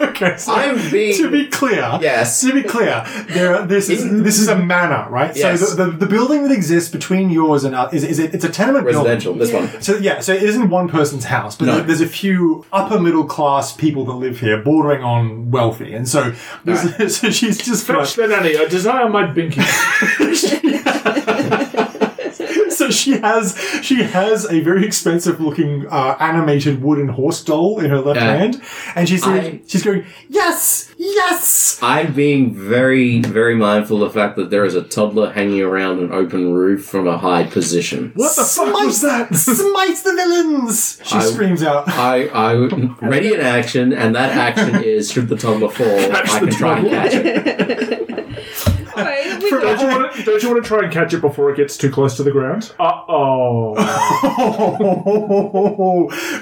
S2: okay, so
S4: I'm being-
S2: to be clear.
S4: Yes.
S2: To be clear, there are, this is
S4: Isn't-
S2: this is a manor, right?
S4: Yes.
S2: So the, the, the building that exists between yours and our, is is it, it's a tenement building.
S4: Residential. This one.
S2: So yeah, so it isn't one person's house, but
S4: No.
S2: there- there's a few upper middle class people that live here, bordering on wealthy, and so there's- so she's just
S3: Fetch the nanny. I desire my binky.
S2: so she has she has a very expensive looking uh, animated wooden horse doll in her left
S4: Yeah.
S2: hand, and she's
S4: I-
S2: she's going yes yes
S4: I'm being very, very mindful of the fact that there is a toddler hanging around an open roof from a high position.
S3: What the fuck was that?
S2: smite the villains she
S4: I-
S2: screams out.
S4: I, I ready in action, and that action is should the toddler fall, I
S3: the
S4: can try and
S3: toddler.
S4: catch it.
S3: Don't you, want to, don't you want to try and catch it before it gets too close to the ground? Uh oh.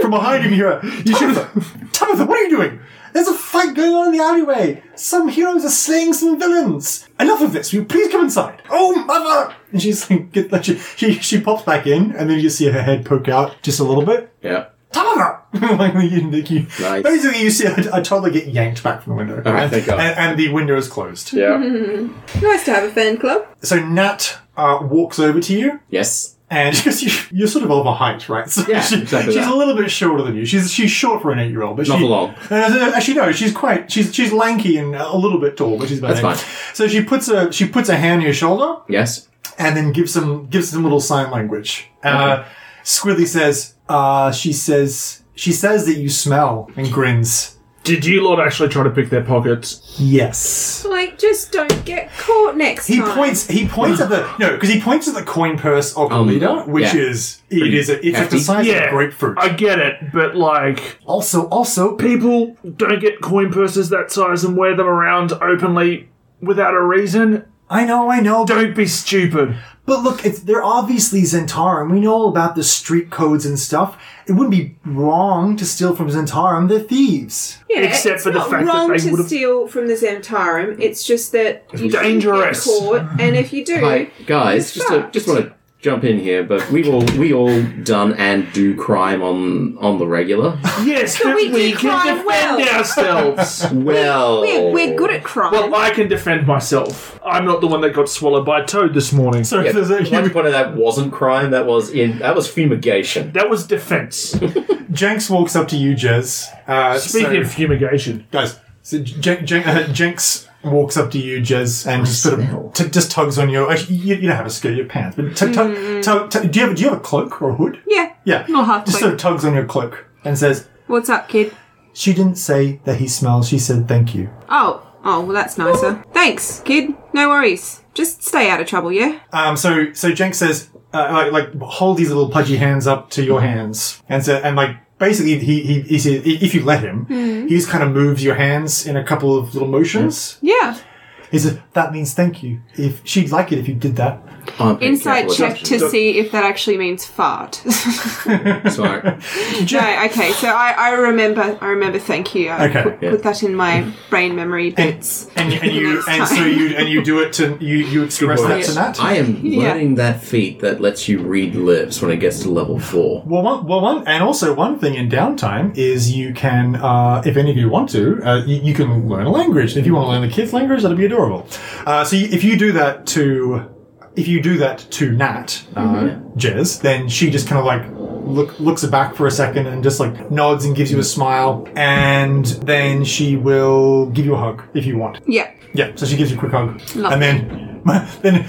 S2: From behind him, you hear, you should have. Tabitha, what are you doing? There's a fight going on in the alleyway. Some heroes are slaying some villains. Enough of this. Will you please come inside? Oh, mother! And she's like, get that. She, she, she pops back in, and then you see her head poke out just a little bit.
S4: Yeah.
S2: Tabitha! like, you, you,
S4: Nice.
S2: Basically, you see a, a toddler get yanked back from the window.
S4: right,
S2: and,
S4: thank God.
S2: and, and the window is closed.
S4: Yeah.
S6: Nice to have a fan club.
S2: So Nat uh, walks over to you.
S4: Yes.
S2: And because you, you're sort of of a height, right? So
S4: Yeah, exactly
S2: she's
S4: that.
S2: a little bit shorter than you. She's she's short for an eight year old, but
S4: Not
S2: she,
S4: for long.
S2: Uh, actually, no, she's quite she's she's lanky and a little bit tall, but she's about
S4: That's
S2: eight.
S4: fine.
S2: So she puts a she puts a hand on your shoulder
S4: Yes.
S2: and then gives some gives some little sign language. Uh, Squidly says, uh, she says she says that you smell and grins.
S3: Did you lot actually try to pick their pockets?
S2: Yes.
S7: Like, just don't get caught next
S2: He
S7: time.
S2: points. He points at the no, because he points at the coin purse of the
S4: Um,
S2: leader, which
S4: yeah.
S2: is it is a, it's like
S4: hefty.
S2: the size of
S3: Yeah.
S2: a grapefruit.
S3: I get it, but like,
S2: also, also,
S3: people don't get coin purses that size and wear them around openly without a reason.
S2: I know, I know. But,
S3: Don't be stupid.
S2: but look, it's, they're obviously Zentarum. We know all about the street codes and stuff. It wouldn't be wrong to steal from Zentarum. They're thieves.
S7: Yeah,
S3: except
S7: it's
S3: for the
S7: not
S3: fact that
S7: wrong
S3: they
S7: to
S3: would've-
S7: steal from the Xantarum. It's just that you shouldn't
S3: Dangerous.
S7: get caught, and if you do,
S4: Hi, guys. Just to, just want to jump in here, but we've all we all done and do crime on on the regular.
S3: Yes, but
S7: we
S3: we,
S7: do cry
S3: can defend
S7: well.
S3: ourselves.
S4: Well,
S7: we're, we're good at crime.
S3: well, I can defend myself. I'm not the one that got swallowed by a toad this morning.
S2: So
S4: Yeah,
S2: there's a
S4: one point of that wasn't crime. That was in that was fumigation.
S3: that was defense.
S2: Jenks walks up to you, Jez. Uh,
S3: Speaking
S2: so-
S3: of fumigation,
S2: guys, so Jen, Jen, uh, Jenks walks up to you, Jez, and just sort of t- just tugs on your. Actually, you, you don't have a skirt, your pants, but tug, tug, tug, tug, do you have do you have a cloak or a hood?
S7: Mm-hmm. yeah.
S2: Yeah,
S7: Not half
S2: just
S7: cloak.
S2: sort of tugs on your cloak and says,
S7: What's up, kid?
S2: "She didn't say that he smells. She said thank you."
S7: Oh, oh, well, that's nicer. Thanks, kid. No worries. Just stay out of trouble, yeah?
S2: Um, so so Jenk says, uh, like, like hold these little pudgy hands up to your hands, and so and like basically he he, he says, i- if you let him, he just kind of moves your hands in a couple of little motions.
S7: Yeah.
S2: He says that means thank you. If she'd like it if you did that.
S4: I'm pretty
S7: Insight
S4: careful with
S7: check to see if that actually means fart.
S4: that. Sorry.
S7: no, okay. So I, I remember. I remember. Thank you. I
S2: Okay,
S7: put,
S4: yeah.
S7: put that in my brain memory
S2: And,
S7: bits.
S2: and, you- and you
S7: Next
S2: and so
S7: time.
S2: you and you do it to you you express
S4: boy.
S2: that to Nat.
S4: I am learning that feat that lets you read lips when it gets to level four.
S2: Well, one, well, one, and also one thing in downtime is you can, uh, if any of you want to, uh, you, you can learn a language. If you want to learn the kids' language, that'd be adorable. Uh, so you, if you do that to, if you do that to Nat, uh, Jez, then she just kind of like look looks back for a second and just like nods and gives you a smile, and then she will give you a hug if you want.
S7: Yeah.
S2: Yeah, so she gives you a quick hug,
S7: Lovely.
S2: and then then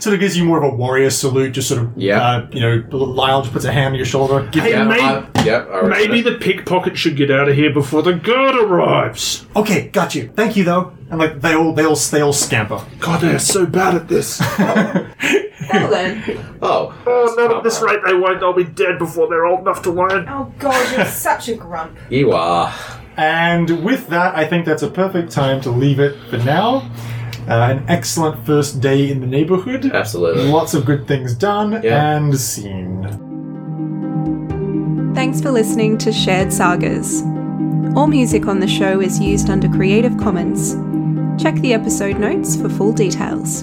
S2: sort of gives you more of a warrior salute, just sort of
S4: Yeah.
S2: uh, you know Lyle just puts a hand on your shoulder. gives you-
S3: Hey, may-
S4: I- yep, I remember
S3: Maybe
S4: that.
S3: the pickpocket should get out of here before the guard arrives.
S2: Okay, got you. Thank you though. And like they all they all they all scamper.
S3: God, they're so bad at this.
S5: They'll learn.
S4: Oh,
S3: Oh, not at this rate, they won't. They'll be dead before they're old enough to learn.
S5: Oh god, you're such a grump.
S4: you are.
S2: And with that, I think that's a perfect time to leave it for now. Uh, an excellent first day in the neighborhood.
S4: Absolutely.
S2: Lots of good things done
S4: Uh. Yeah.
S2: and seen.
S1: Thanks for listening to Shared Sagas. All music on the show is used under Creative Commons. Check the episode notes for full details.